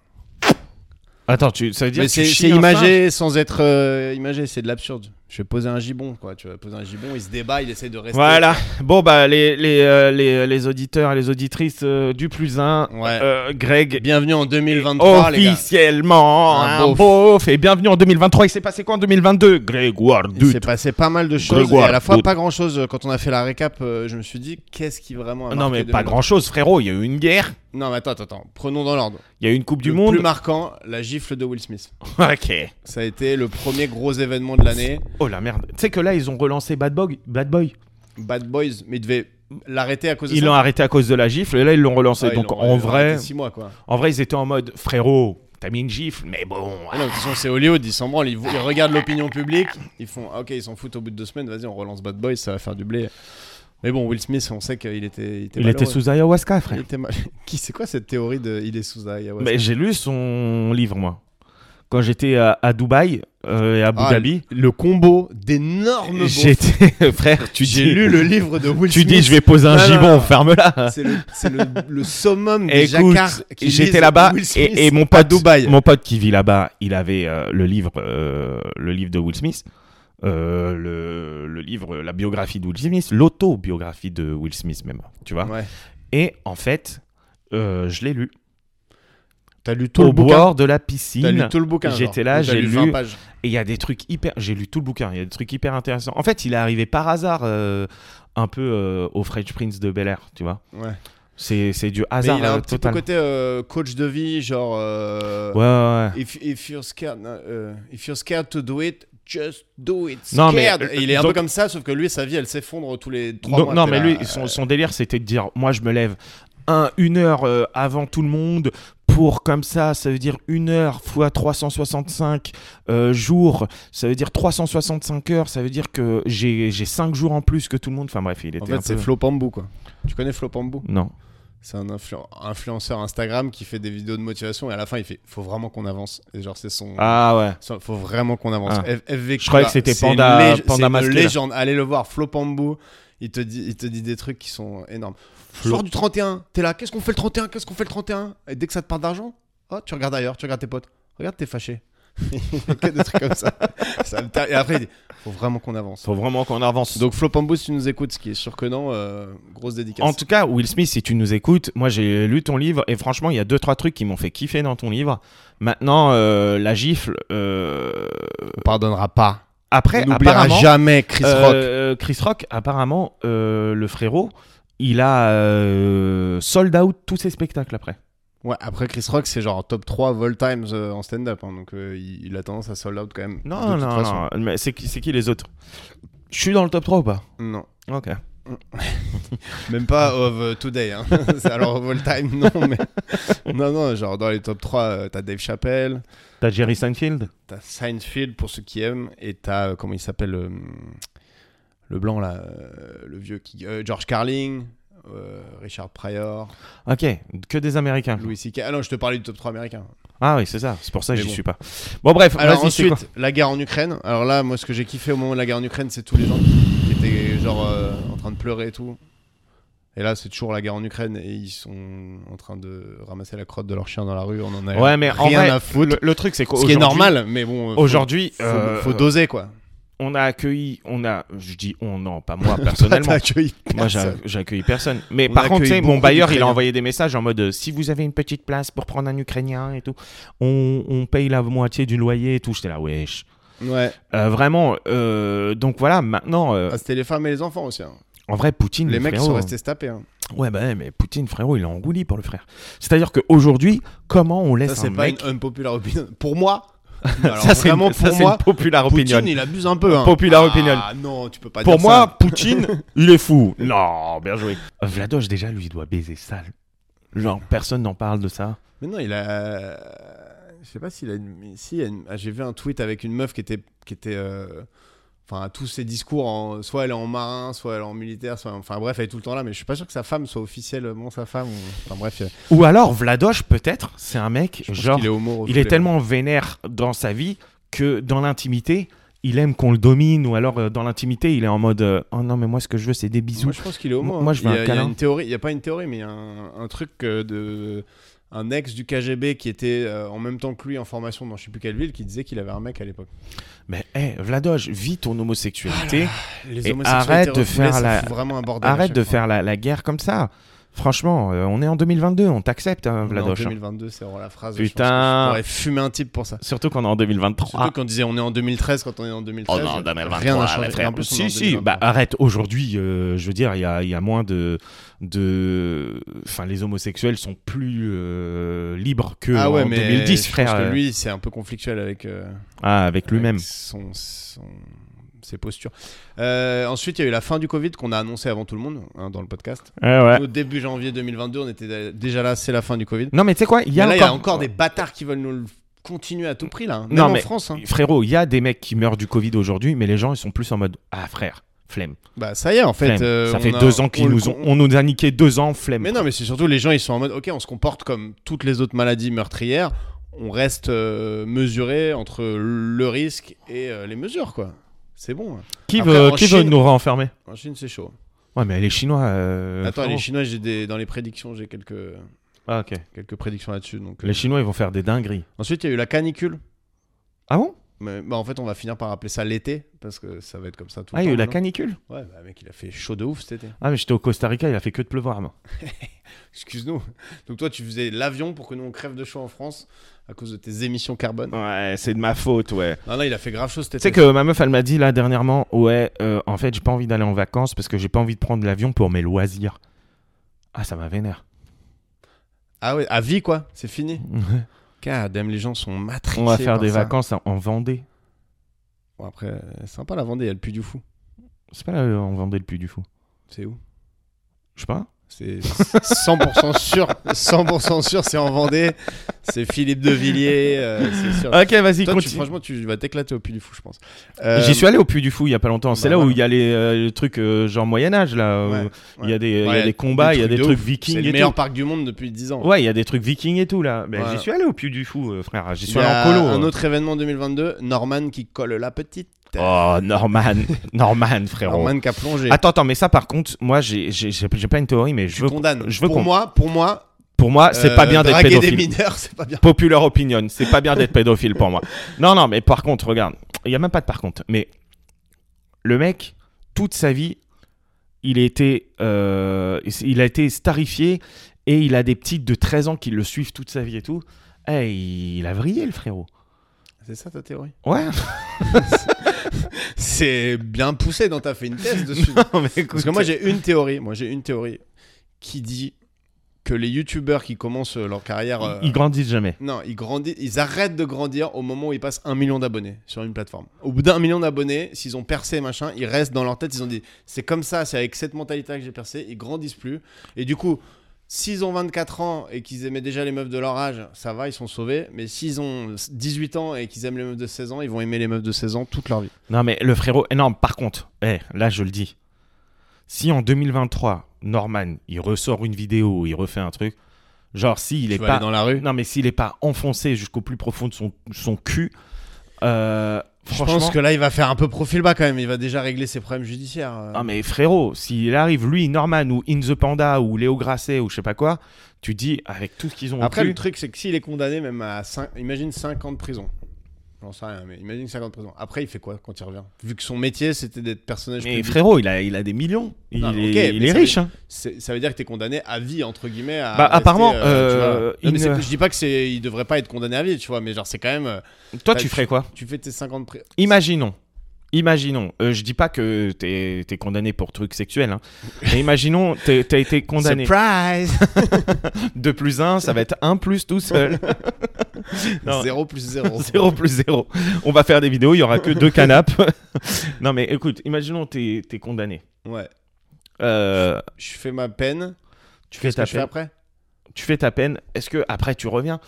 C: Attends, tu, ça veut dire
B: Mais
C: que
B: c'est
C: tu
B: c'est
C: chies un singe
B: imagé sans être euh, imagé, c'est de l'absurde. Je vais poser un gibon, quoi. Tu vas poser un gibon, il se débat, il essaie de rester.
C: Voilà. Bon bah les les, euh, les, les auditeurs et les auditrices euh, du plus 1
B: Ouais.
C: Greg
B: Bienvenue en 2023, les gars.
C: officiellement hein,
B: Un
C: un,
B: beauf.
C: beauf. et bienvenue en 2023. Il s'est passé quoi en 2022 Grégoire
B: Il s'est
C: Dut.
B: passé pas mal de choses
C: Grégoire,
B: et à la fois
C: Dut.
B: pas grand chose. Quand on a fait la récap, euh, je me suis dit qu'est-ce qui vraiment. A
C: Non
B: marqué
C: mais pas
B: 2023.
C: grand chose frérot. Il y a eu une guerre.
B: Non mais attends, attends, attends. Prenons dans l'ordre.
C: Il y a eu une Coupe du
B: Le
C: Monde.
B: plus marquant, la gifle de Will Smith.
C: ok.
B: Ça a été le premier gros événement de l'année.
C: Oh la merde. Tu sais que là ils ont relancé Bad Boy. Bad Boy.
B: Bad Boys, mais il devait l'arrêter à cause de
C: Ils l'ont
B: ça.
C: arrêté à cause de la gifle et là ils l'ont relancé.
B: Ah, ils
C: Donc
B: l'ont- ils
C: en
B: l'ont
C: vrai,
B: arrêté six mois quoi.
C: en vrai ils étaient en mode frérot. T'as mis une gifle, mais bon. hein.
B: Ah non, de toute façon, c'est Hollywood, ils s'en branlent, ils, ils regardent l'opinion publique, ils font ah, ok, ils s'en foutent au bout de deux semaines, vas-y, on relance Bad Boys, ça va faire du blé. Mais bon, Will Smith, on sait qu'il était. Il était,
C: Il était
B: malheureux.
C: sous ayahuasca,
B: Il
C: frère.
B: était mal- Qui c'est quoi cette théorie de il est sous ayahuasca
C: Mais j'ai lu son livre, moi. Quand j'étais à, à Dubaï euh, et à Abu
B: Ah,
C: Dhabi,
B: Le combo d'énormes bons-
C: j'étais. Frère, tu
B: J'ai
C: dis-
B: lu le livre de Will
C: Tu
B: Smith.
C: dis, je vais poser un
B: Non, non,
C: gibon,
B: non.
C: ferme-la.
B: C'est le, c'est le, le summum des
C: Écoute,
B: jacards qui
C: j'étais
B: lisent
C: là-bas
B: Will Smith
C: et, et mon
B: à
C: pote,
B: Dubaï.
C: mon pote qui vit là-bas, il avait euh, le livre, euh, le livre de Will Smith, euh, le, le livre, euh, la biographie de Will Smith, l'autobiographie de Will Smith même, tu vois.
B: Ouais.
C: Et en fait, euh, je l'ai lu
B: T'as lu tout
C: au
B: le bouquin.
C: bord de la
B: T'as lu
C: piscine.
B: tout le bouquin. genre.
C: J'étais là,
B: Ou t'as
C: j'ai
B: lu.
C: lu.
B: 20 pages.
C: Et il y a des trucs hyper. J'ai lu tout le bouquin, il y a des trucs hyper intéressants. En fait, il est arrivé par hasard euh, un peu euh, au French Prince de Bel Air, tu vois.
B: Ouais.
C: C'est c'est du
B: Mais
C: hasard
B: il a
C: Ah, euh,
B: un petit peu
C: total.
B: côté euh, coach de vie, genre. euh,
C: Ouais, ouais, ouais.
B: If, if you're scared, non, euh, if you're scared to do it, just do it.
C: Non, mais- euh,
B: Scared. Et il est un
C: donc-
B: peu comme ça, sauf que lui, sa vie, elle s'effondre tous les trois
C: Non,
B: mois.
C: non,
B: T'es
C: mais
B: là,
C: lui,
B: euh,
C: son, son délire, c'était de dire moi, je me lève un, une heure euh, avant tout le monde pour comme ça, ça veut dire une heure fois 365 euh, jours, ça veut dire 365 heures, ça veut dire que j'ai j'ai cinq jours en plus que tout le monde. Enfin bref, il était un
B: En fait, c'est
C: peu-
B: Flo Pambou, quoi. Tu connais Flo Pambou
C: Non.
B: C'est un influ- influenceur Instagram qui fait des vidéos de motivation et à la fin, il fait Faut vraiment qu'on avance. Et genre, c'est son.
C: Ah ouais.
B: Ça, Faut vraiment qu'on avance.
C: Ah.
B: F- FVQ,
C: Je croyais
B: là,
C: que c'était
B: c'est
C: Panda-
B: une lég-
C: Panda
B: c'est une
C: masqué, là.
B: légende. Allez le voir, Flo Pambou. Il te, dit, il te dit des trucs qui sont énormes.
C: Flo-
B: Sors du 31, t'es là, qu'est-ce qu'on fait le 31 Qu'est-ce qu'on fait le 31 Et dès que ça te parle d'argent, oh, tu regardes ailleurs, tu regardes tes potes. Regarde, t'es fâché. Il fait que des trucs comme ça. Ça me ter- Et après, il dit, faut vraiment qu'on avance.
C: Faut vraiment qu'on avance.
B: Donc Flo Pambou, si tu nous écoutes, ce qui est sûr que non, euh, grosse dédicace.
C: En tout cas, Will Smith, si tu nous écoutes, moi j'ai lu ton livre et franchement, il y a deux trois trucs qui m'ont fait kiffer dans ton livre. Maintenant, euh, la gifle. euh,
B: on pardonnera pas.
C: Après,
B: on n'oubliera
C: apparemment,
B: jamais Chris Rock.
C: euh, Chris Rock, apparemment, euh, le frérot, il a euh, sold out tous ses spectacles après.
B: Ouais, après Chris Rock, c'est genre top 3 of all times euh, en stand-up. hein, donc euh, il, il a tendance à sold out quand même. de
C: Non,
B: toute
C: non,
B: façon.
C: non. Mais c'est qui, c'est qui les autres Je suis dans le top 3 ou pas
B: Non,
C: Ok.
B: même pas of euh, today. hein. C'est Alors of all time, non, mais. Non, non, genre dans les top 3, euh, t'as Dave Chappelle,
C: T'as Jerry Seinfeld
B: t'as Seinfeld pour ceux qui aiment, et t'as. euh, comment il s'appelle euh, Le blanc là, euh, le vieux qui. euh, George Carling, euh, Richard Pryor,
C: Ok, que des Américains.
B: Louis C.K. Ah non, je te parlais du top 3 américain.
C: Ah oui, c'est ça. C'est pour ça que
B: Mais
C: j'y
B: bon.
C: suis pas. Bon, bref,
B: Alors
C: vas-y, c'est quoi
B: ensuite, la guerre en Ukraine. Alors là, moi, ce que j'ai kiffé au moment de la guerre en Ukraine, c'est tous les gens qui, qui étaient est genre euh, en train de pleurer et tout. Et là, c'est toujours la guerre en Ukraine et ils sont en train de ramasser la crotte de leur chien dans la rue. On en a
C: Ouais, mais
B: rien
C: en vrai,
B: à foutre.
C: Le, le truc, c'est
B: Ce qui est
C: qu'aujourd'hui,
B: normal, mais bon, euh, faut-
C: aujourd'hui,
B: faut,
C: euh,
B: faut doser quoi.
C: on a accueilli, on a, je dis on, non, pas moi personnellement.
B: T'as accueilli
C: Moi, j'ai
B: personne.
C: j'ai accueilli personne. Mais
B: On
C: par
B: a
C: contre, tu sais,
B: accueilli
C: mon
B: beaucoup
C: bailleur, il a
B: d'Ukrainiens.
C: envoyé des messages en mode euh, si vous avez une petite place pour prendre un Ukrainien et tout, on, on paye la moitié du loyer et tout. J'étais là, wesh.
B: Ouais.
C: Euh, vraiment, euh, donc voilà, maintenant, euh,
B: Ah, c'était les femmes et les enfants aussi. hein.
C: en vrai, Poutine,
B: Les mecs ils
C: frérot,
B: sont restés se taper. hein.
C: Ouais, bah ouais, mais Poutine, frérot, il est engouli pour le frère. C'est-à-dire qu'aujourd'hui, comment on
B: Ça,
C: laisse
B: c'est
C: un
B: pas
C: mec.
B: une unpopular opinion. Pour moi, alors,
C: ça, c'est
B: vraiment
C: une, ça,
B: pour
C: c'est
B: moi,
C: une popular opinion.
B: Poutine, il abuse un peu. hein.
C: Popular
B: ah,
C: opinion.
B: non, tu peux pas
C: Pour
B: dire
C: moi,
B: ça.
C: Poutine, il est fou. Non, bien joué. Vladoche, déjà, lui, il doit baiser sale. Genre, personne n'en parle de ça.
B: Mais non, il a. Je sais pas s'il a une. mais si, il a une- ah, j'ai vu un tweet avec une meuf qui était. Qui était euh, Enfin, à tous ses discours, en... soit elle est en marin, soit elle est en militaire, soit. Enfin, bref, elle est tout le temps là, mais je suis pas sûr que sa femme soit officiellement sa femme. ou- Enfin, bref, euh,
C: Ou alors, Vladoche, peut-être, c'est un mec,
B: je pense
C: genre,
B: qu'il est homo.
C: il est
B: refoulé.
C: tellement vénère dans sa vie que dans l'intimité, il aime qu'on le domine. Ou alors, euh, dans l'intimité, il est en mode euh, Oh non, mais moi, ce que je veux, c'est des bisous.
B: Moi, je pense qu'il est homo.
C: Moi, moi,
B: hein.
C: je veux un
B: il y a, il y a
C: câlin.
B: une théorie, il y a pas une théorie, mais il y a un, un truc euh, de un ex du KGB qui était euh, en même temps que lui en formation dans je sais plus quelle ville, qui disait qu'il avait un mec à l'époque.
C: Mais, hé, Vladoche, vis ton homosexualité.
B: Les
C: Et
B: homosexuels
C: arrête
B: étaient
C: de faire
B: refoulés, ça
C: la-
B: fout vraiment un bordel. à
C: Arrête
B: chaque
C: de
B: fois.
C: faire la, la guerre comme ça. Franchement, euh, on est en 2022, on t'accepte, hein,
B: On est
C: Vladoche.
B: En
C: hein.
B: 2022, c'est vraiment la phrase. je
C: Putain. Ah.
B: pense que Je pourrais fumer un type pour ça.
C: Surtout qu'on est en 2023.
B: Surtout qu'on disait on est en 2013 quand on est en 2013.
C: Oh non, 2023,
B: rien n'a
C: là,
B: changé.
C: frère.
B: En plus, on est en
C: si, si,
B: 2023.
C: bah, arrête. Aujourd'hui, euh, je veux dire, il y a, il y a moins de, de. Enfin, les homosexuels sont plus euh, libres que
B: ah ouais,
C: en
B: mais
C: 2010,
B: je
C: frère.
B: Pense que lui, c'est un peu conflictuel avec. euh,
C: Ah, avec lui-même.
B: avec Son, son- ses postures. Euh, ensuite, il y a eu la fin du Covid qu'on a annoncé avant tout le monde hein, dans le podcast.
C: Ouais, Ah ouais.
B: Au début janvier 2022, on était déjà là, c'est la fin du Covid.
C: Non, mais tu sais quoi, il y a
B: Mais
C: encore.
B: là, il y a encore des bâtards qui veulent nous le continuer à tout prix, là. hein. Même
C: Non,
B: en
C: mais-
B: France. hein.
C: Frérot, il y a des mecs qui meurent du Covid aujourd'hui, mais les gens, ils sont plus en mode Ah, frère, flemme.
B: Bah, ça y est, en fait.
C: flemme.
B: euh,
C: ça
B: on
C: fait
B: a-
C: deux ans
B: on
C: qu'ils
B: le-
C: nous ont. On nous a niqué deux ans, flemme.
B: Mais non, mais c'est surtout les gens, ils sont en mode, ok, on se comporte comme toutes les autres maladies meurtrières, on reste euh, mesuré entre le risque et euh, les mesures, quoi. C'est bon. hein.
C: Qui
B: Après,
C: veut,
B: en
C: qui veut
B: Chine-
C: nous renfermer
B: En Chine, c'est chaud.
C: Ouais, mais les Chinois. euh,
B: Attends,
C: frérot.
B: les Chinois, j'ai des... dans les prédictions, j'ai quelques...
C: Ah, ok.
B: quelques prédictions là-dessus. Donc... euh.
C: Les Chinois, ils vont faire des dingueries.
B: Ensuite, il y a eu la canicule.
C: Ah bon
B: Mais, bah, en fait, on va finir par appeler ça l'été, parce que ça va être comme ça tout
C: Ah,
B: le
C: il y
B: temps.
C: a eu la
B: maintenant.
C: canicule
B: Ouais, bah, mec, il a fait chaud de ouf cet été.
C: Ah, mais j'étais au Costa Rica, il a fait que de pleuvoir, moi.
B: Excuse-nous. Donc, toi, tu faisais l'avion pour que nous, on crève de chaud en France à cause de tes émissions carbone.
C: Ouais, c'est de ma faute, ouais.
B: Non, non, il a fait grave chaud cet
C: Tu sais
B: été.
C: que ma meuf, elle m'a dit là dernièrement Ouais, euh, en fait, j'ai pas envie d'aller en vacances parce que j'ai pas envie de prendre l'avion pour mes loisirs. Ah, ça m'a vénère.
B: Ah ouais, à vie, quoi. C'est fini. Damn, les gens sont matrixés.
C: On va faire
B: par
C: des
B: ça.
C: vacances en Vendée.
B: Bon, après, euh, sympa la Vendée, il y a le Puy du Fou.
C: C'est pas là euh, en Vendée le Puy du Fou.
B: C'est où
C: Je sais pas.
B: C'est 100% sûr. 100% sûr, c'est en Vendée. C'est Philippe de Villiers. euh, c'est sûr.
C: Ok, vas-y,
B: Toi, tu-
C: Ah, continue.
B: franchement, tu vas t'éclater au Puy du Fou, je pense. Euh,
C: J'y suis allé au Puy du Fou il y a pas longtemps. C'est
B: bah
C: là où
B: voilà.
C: il y a les, euh, les trucs euh, genre Moyen-Âge, là. où
B: Ouais,
C: Il y a des, il y a
B: Ouais,
C: des combats, il y a des
B: de
C: trucs
B: ouf.
C: vikings
B: C'est le
C: euh, et
B: meilleur
C: tout.
B: parc du monde depuis 10 ans.
C: Ouais, il y a des trucs vikings et tout là. Mais
B: Ouais.
C: j'y suis allé au Puy du Fou, euh, frère. J'y
B: Il
C: suis
B: y
C: allé
B: a
C: en colo.
B: Un
C: euh.
B: autre événement 2022, Norman qui colle la petite.
C: Oh, Norman. Norman, frérot.
B: Norman qui a plongé.
C: Attends, attends, mais ça par contre, moi j'ai j'ai- j'ai- j'ai pas une théorie, mais je
B: tu
C: veux.
B: condamnes.
C: je veux
B: pour
C: qu'on-
B: moi, pour moi,
C: Pour moi, c'est
B: euh,
C: pas bien d'être
B: draguer des
C: pédophile.
B: mineurs, c'est pas bien.
C: Popular opinion, c'est pas bien d'être pédophile pour moi. Non, non, mais par contre, regarde, il y a même pas de par contre, mais le mec, toute sa vie, il a été, euh, il a été starifié et il a des petites de 13 ans qui le suivent toute sa vie et tout. Eh, il a vrillé le frérot.
B: C'est ça ta théorie
C: Ouais.
B: C'est bien poussé dans ta fait une thèse dessus.
C: Non, mais écoute, euh,
B: Parce que moi j'ai une théorie, moi j'ai une théorie qui dit que les youtubeurs qui commencent leur carrière euh,
C: ils grandissent jamais.
B: non, ils grandissent, ils arrêtent de grandir au moment où ils passent un million d'abonnés sur une plateforme. Au bout d'un million d'abonnés, s'ils ont percé machin, ils restent dans leur tête, ils ont dit c'est comme ça, c'est avec cette mentalité que j'ai percé, ils grandissent plus et du coup S'ils ont 24 ans et qu'ils aimaient déjà les meufs de leur âge, ça va, ils sont sauvés. Mais s'ils ont 18 ans et qu'ils aiment les meufs de 16 ans, ils vont aimer les meufs de 16 ans toute leur vie.
C: Non, mais le frérot, eh non, par contre, eh, là je le dis. Si en 2023, Norman, il ressort une vidéo, il refait un truc, genre s'il
B: Tu
C: est
B: vas
C: pas.
B: aller dans la rue
C: Non, mais s'il est pas enfoncé jusqu'au plus profond de son, son cul, Euh,
B: Je
C: franchement,
B: pense que là, il va faire un peu profil bas quand même. Il va déjà régler ses problèmes judiciaires. euh.
C: Ah mais frérot, s'il arrive lui, Norman ou In the Panda ou Léo Grasset ou je sais pas quoi, tu dis avec tout ce qu'ils ont
B: Après,
C: au
B: le
C: cul,
B: truc, c'est que s'il est condamné même à 5, imagine 5 ans de prison. J'en sais rien, mais imagine 5 ans de prison. Après, il fait quoi quand il revient Vu que son métier, c'était d'être personnage
C: mais
B: public,
C: frérot, il a, il a des millions, il
B: Non,
C: est,
B: ok, mais
C: il est
B: ça
C: riche.
B: veut-
C: hein.
B: c'est- ça veut dire que t'es condamné à vie, entre guillemets. À
C: Bah,
B: rester,
C: apparemment,
B: euh, tu vois.
C: euh,
B: Non, mais
C: une-
B: c'est- Je dis pas que c'est, il devrait pas être condamné à vie, tu vois, mais genre, c'est quand même. euh,
C: Toi,
B: Bah,
C: tu ferais quoi
B: Tu fais tes 50 pré...
C: Imaginons. Imaginons, euh, je dis pas que t'es es condamné pour truc sexuel, hein. mais imaginons, t'es- t'as été condamné.
B: Surprise
C: 2 plus 1, ça va être 1 plus tout seul. Non.
B: 0 plus 0.
C: 0 plus 0. On va faire des vidéos, il y aura que deux canapes. non mais écoute, imaginons t'es t'es condamné.
B: Ouais.
C: Euh,
B: Je fais ma peine.
C: tu fais
B: Qu'est-ce que
C: ta
B: je fais
C: peine.
B: après
C: Tu fais ta peine. Est-ce que après tu reviens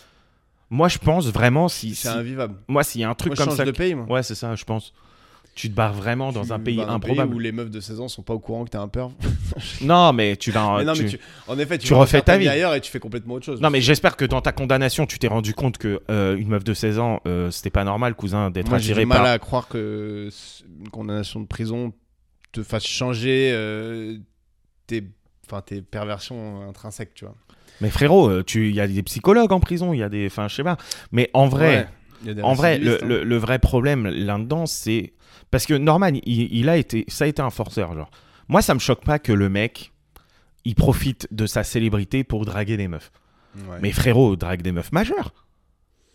C: Moi je pense vraiment si, si-
B: C'est invivable.
C: moi s'il y a un truc
B: Moi, je
C: comme
B: change
C: ça.
B: de pays, moi.
C: Ouais c'est ça, je pense. Tu te barres vraiment dans
B: Tu
C: un pays
B: vas dans
C: improbable.
B: où les meufs de 16 ans sont pas au courant que t'es un perv.
C: Non mais tu vas.
B: Mais non,
C: Ah, tu-
B: mais tu- En effet, tu,
C: tu
B: vas
C: refais
B: faire
C: ta vie.
B: ailleurs et tu fais complètement autre chose.
C: Non mais j'espère que dans ta condamnation tu t'es rendu compte que euh, une meuf de 16 ans euh, c'était pas normal cousin d'être
B: Moi, j'ai
C: attiré
B: du mal
C: par.
B: à croire que c- une condamnation de prison te fasse changer euh, tes, enfin, tes perversions intrinsèques, tu vois.
C: Mais frérot, euh, tu il y a des psychologues en prison, il y a des enfin je sais pas. Mais en vrai,
B: Ouais. Il y a des
C: En vrai, le,
B: récidivistes, hein.
C: le- le vrai problème là-dedans, c'est. Parce que Norman, il, il a été, ça a été un forceur. Genre. Moi, ça me choque pas que le mec, il profite de sa célébrité pour draguer des meufs.
B: hein. Ouais.
C: Mais frérot, drague des meufs majeures.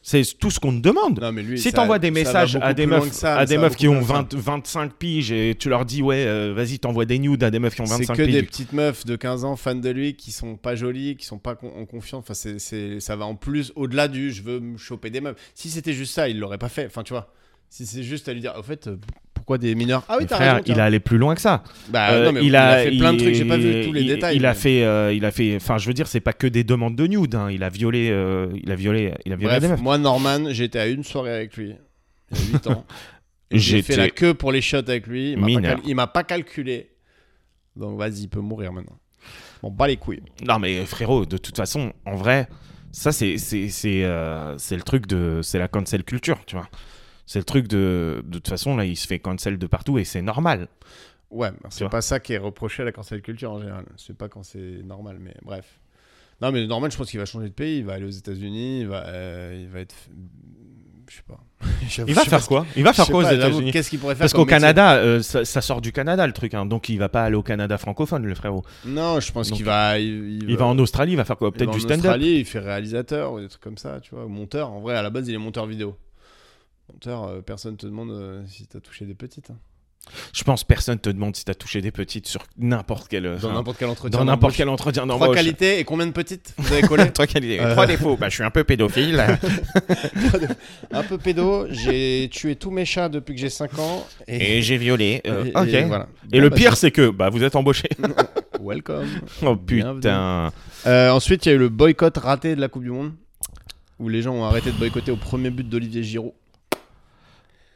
C: C'est tout ce qu'on te demande.
B: Non, mais lui,
C: si
B: ça-
C: t'envoies des
B: ça va
C: messages
B: beaucoup
C: à des
B: plus loin
C: meufs,
B: que ça,
C: à
B: mais
C: des
B: ça va
C: meufs qui
B: beaucoup
C: ont
B: plus loin
C: 20, 25 piges et tu leur dis, ouais, euh, vas-y, t'envoies des nudes à des meufs qui ont
B: C'est
C: 25
B: que des
C: piges.
B: petites meufs de 15 ans fans de lui qui sont pas jolies, qui sont pas con- en confiance. Enfin, c'est, c'est- ça va en plus au-delà du je veux me choper des meufs. Si c'était juste ça, il l'aurait pas fait. Enfin, tu vois. Si c'est juste à lui dire, au fait, euh, pourquoi des mineurs Ah oui,
C: Mais
B: t'as
C: Euh, frère,
B: raison.
C: il
B: tiens.
C: a allé plus loin que ça.
B: Bah,
C: Euh,
B: non, mais il, a, fait plein de trucs, j'ai pas vu tous les
C: il-
B: détails.
C: Il a
B: mais-
C: fait, euh, il a fait. Enfin, je veux dire, c'est pas que des demandes de nude. hein. Il a violé, euh, il a violé, il a violé des
B: Bref,
C: meufs.
B: moi, Norman, j'étais à une soirée avec lui. Il y a 8 ans. Et J'ai fait la
C: J'étais.
B: queue pour les shots avec lui. Il m'a pas
C: mineur.
B: cal- Il m'a pas calculé. Donc, vas-y, il peut mourir maintenant. Bon, bas les couilles.
C: Non mais frérot, de toute façon, en vrai, ça c'est c'est c'est euh, c'est le truc de, c'est la cancel culture, tu vois. C'est le truc de, de toute façon là, il se fait cancel de partout et c'est normal.
B: Ouais, mais c'est
C: vois.
B: pas ça qui est reproché à la cancel culture en général. C'est pas quand c'est normal, mais bref. Non, mais normal, je pense qu'il va changer de pays. Il va aller aux États-Unis. Il va, euh, il va être. Je sais pas. J'avoue,
C: Il va
B: je sais pas
C: faire
B: ce-
C: quoi Il va
B: je
C: faire
B: sais
C: quoi aux
B: pas, j'avoue,
C: États-Unis
B: Qu'est-ce qu'il pourrait faire
C: Parce
B: comme
C: qu'au
B: métier
C: Canada, euh, ça, ça sort du Canada le truc, hein, donc il va pas aller au Canada francophone, le frérot.
B: Non, je pense
C: Donc,
B: qu'il va. Il,
C: Il va en Australie, il va faire quoi
B: il va
C: Peut-être du
B: en
C: stand-up.
B: Australie, il fait réalisateur ou des trucs comme ça, tu vois. Monteur, en vrai, à la base, il est monteur vidéo. Monteur, euh, personne te demande euh, si t'as touché des petites. hein.
C: Je pense personne te demande si t'as touché des petites sur n'importe quel euh,
B: Dans
C: enfin,
B: n'importe quel entretien.
C: dans n'importe
B: d'embauche.
C: quel entretien
B: Trois
C: d'embauche.
B: qualités et combien de petites vous avez collé
C: Trois qualités.
B: Euh.
C: Trois défauts. Bah, je suis un peu pédophile.
B: Un peu pédo, j'ai tué tous mes chats depuis que j'ai 5 ans.
C: et j'ai violé. Euh,
B: et-
C: ok.
B: et
C: Et,
B: voilà.
C: le
B: Bah,
C: pire, c'est que bah, vous êtes embauché.
B: bah, Welcome.
C: oh
B: Bienvenue.
C: putain.
B: Euh, ensuite, il y a eu le boycott raté de la Coupe du Monde, où les gens ont arrêté de boycotter au premier but d'Olivier Giroud.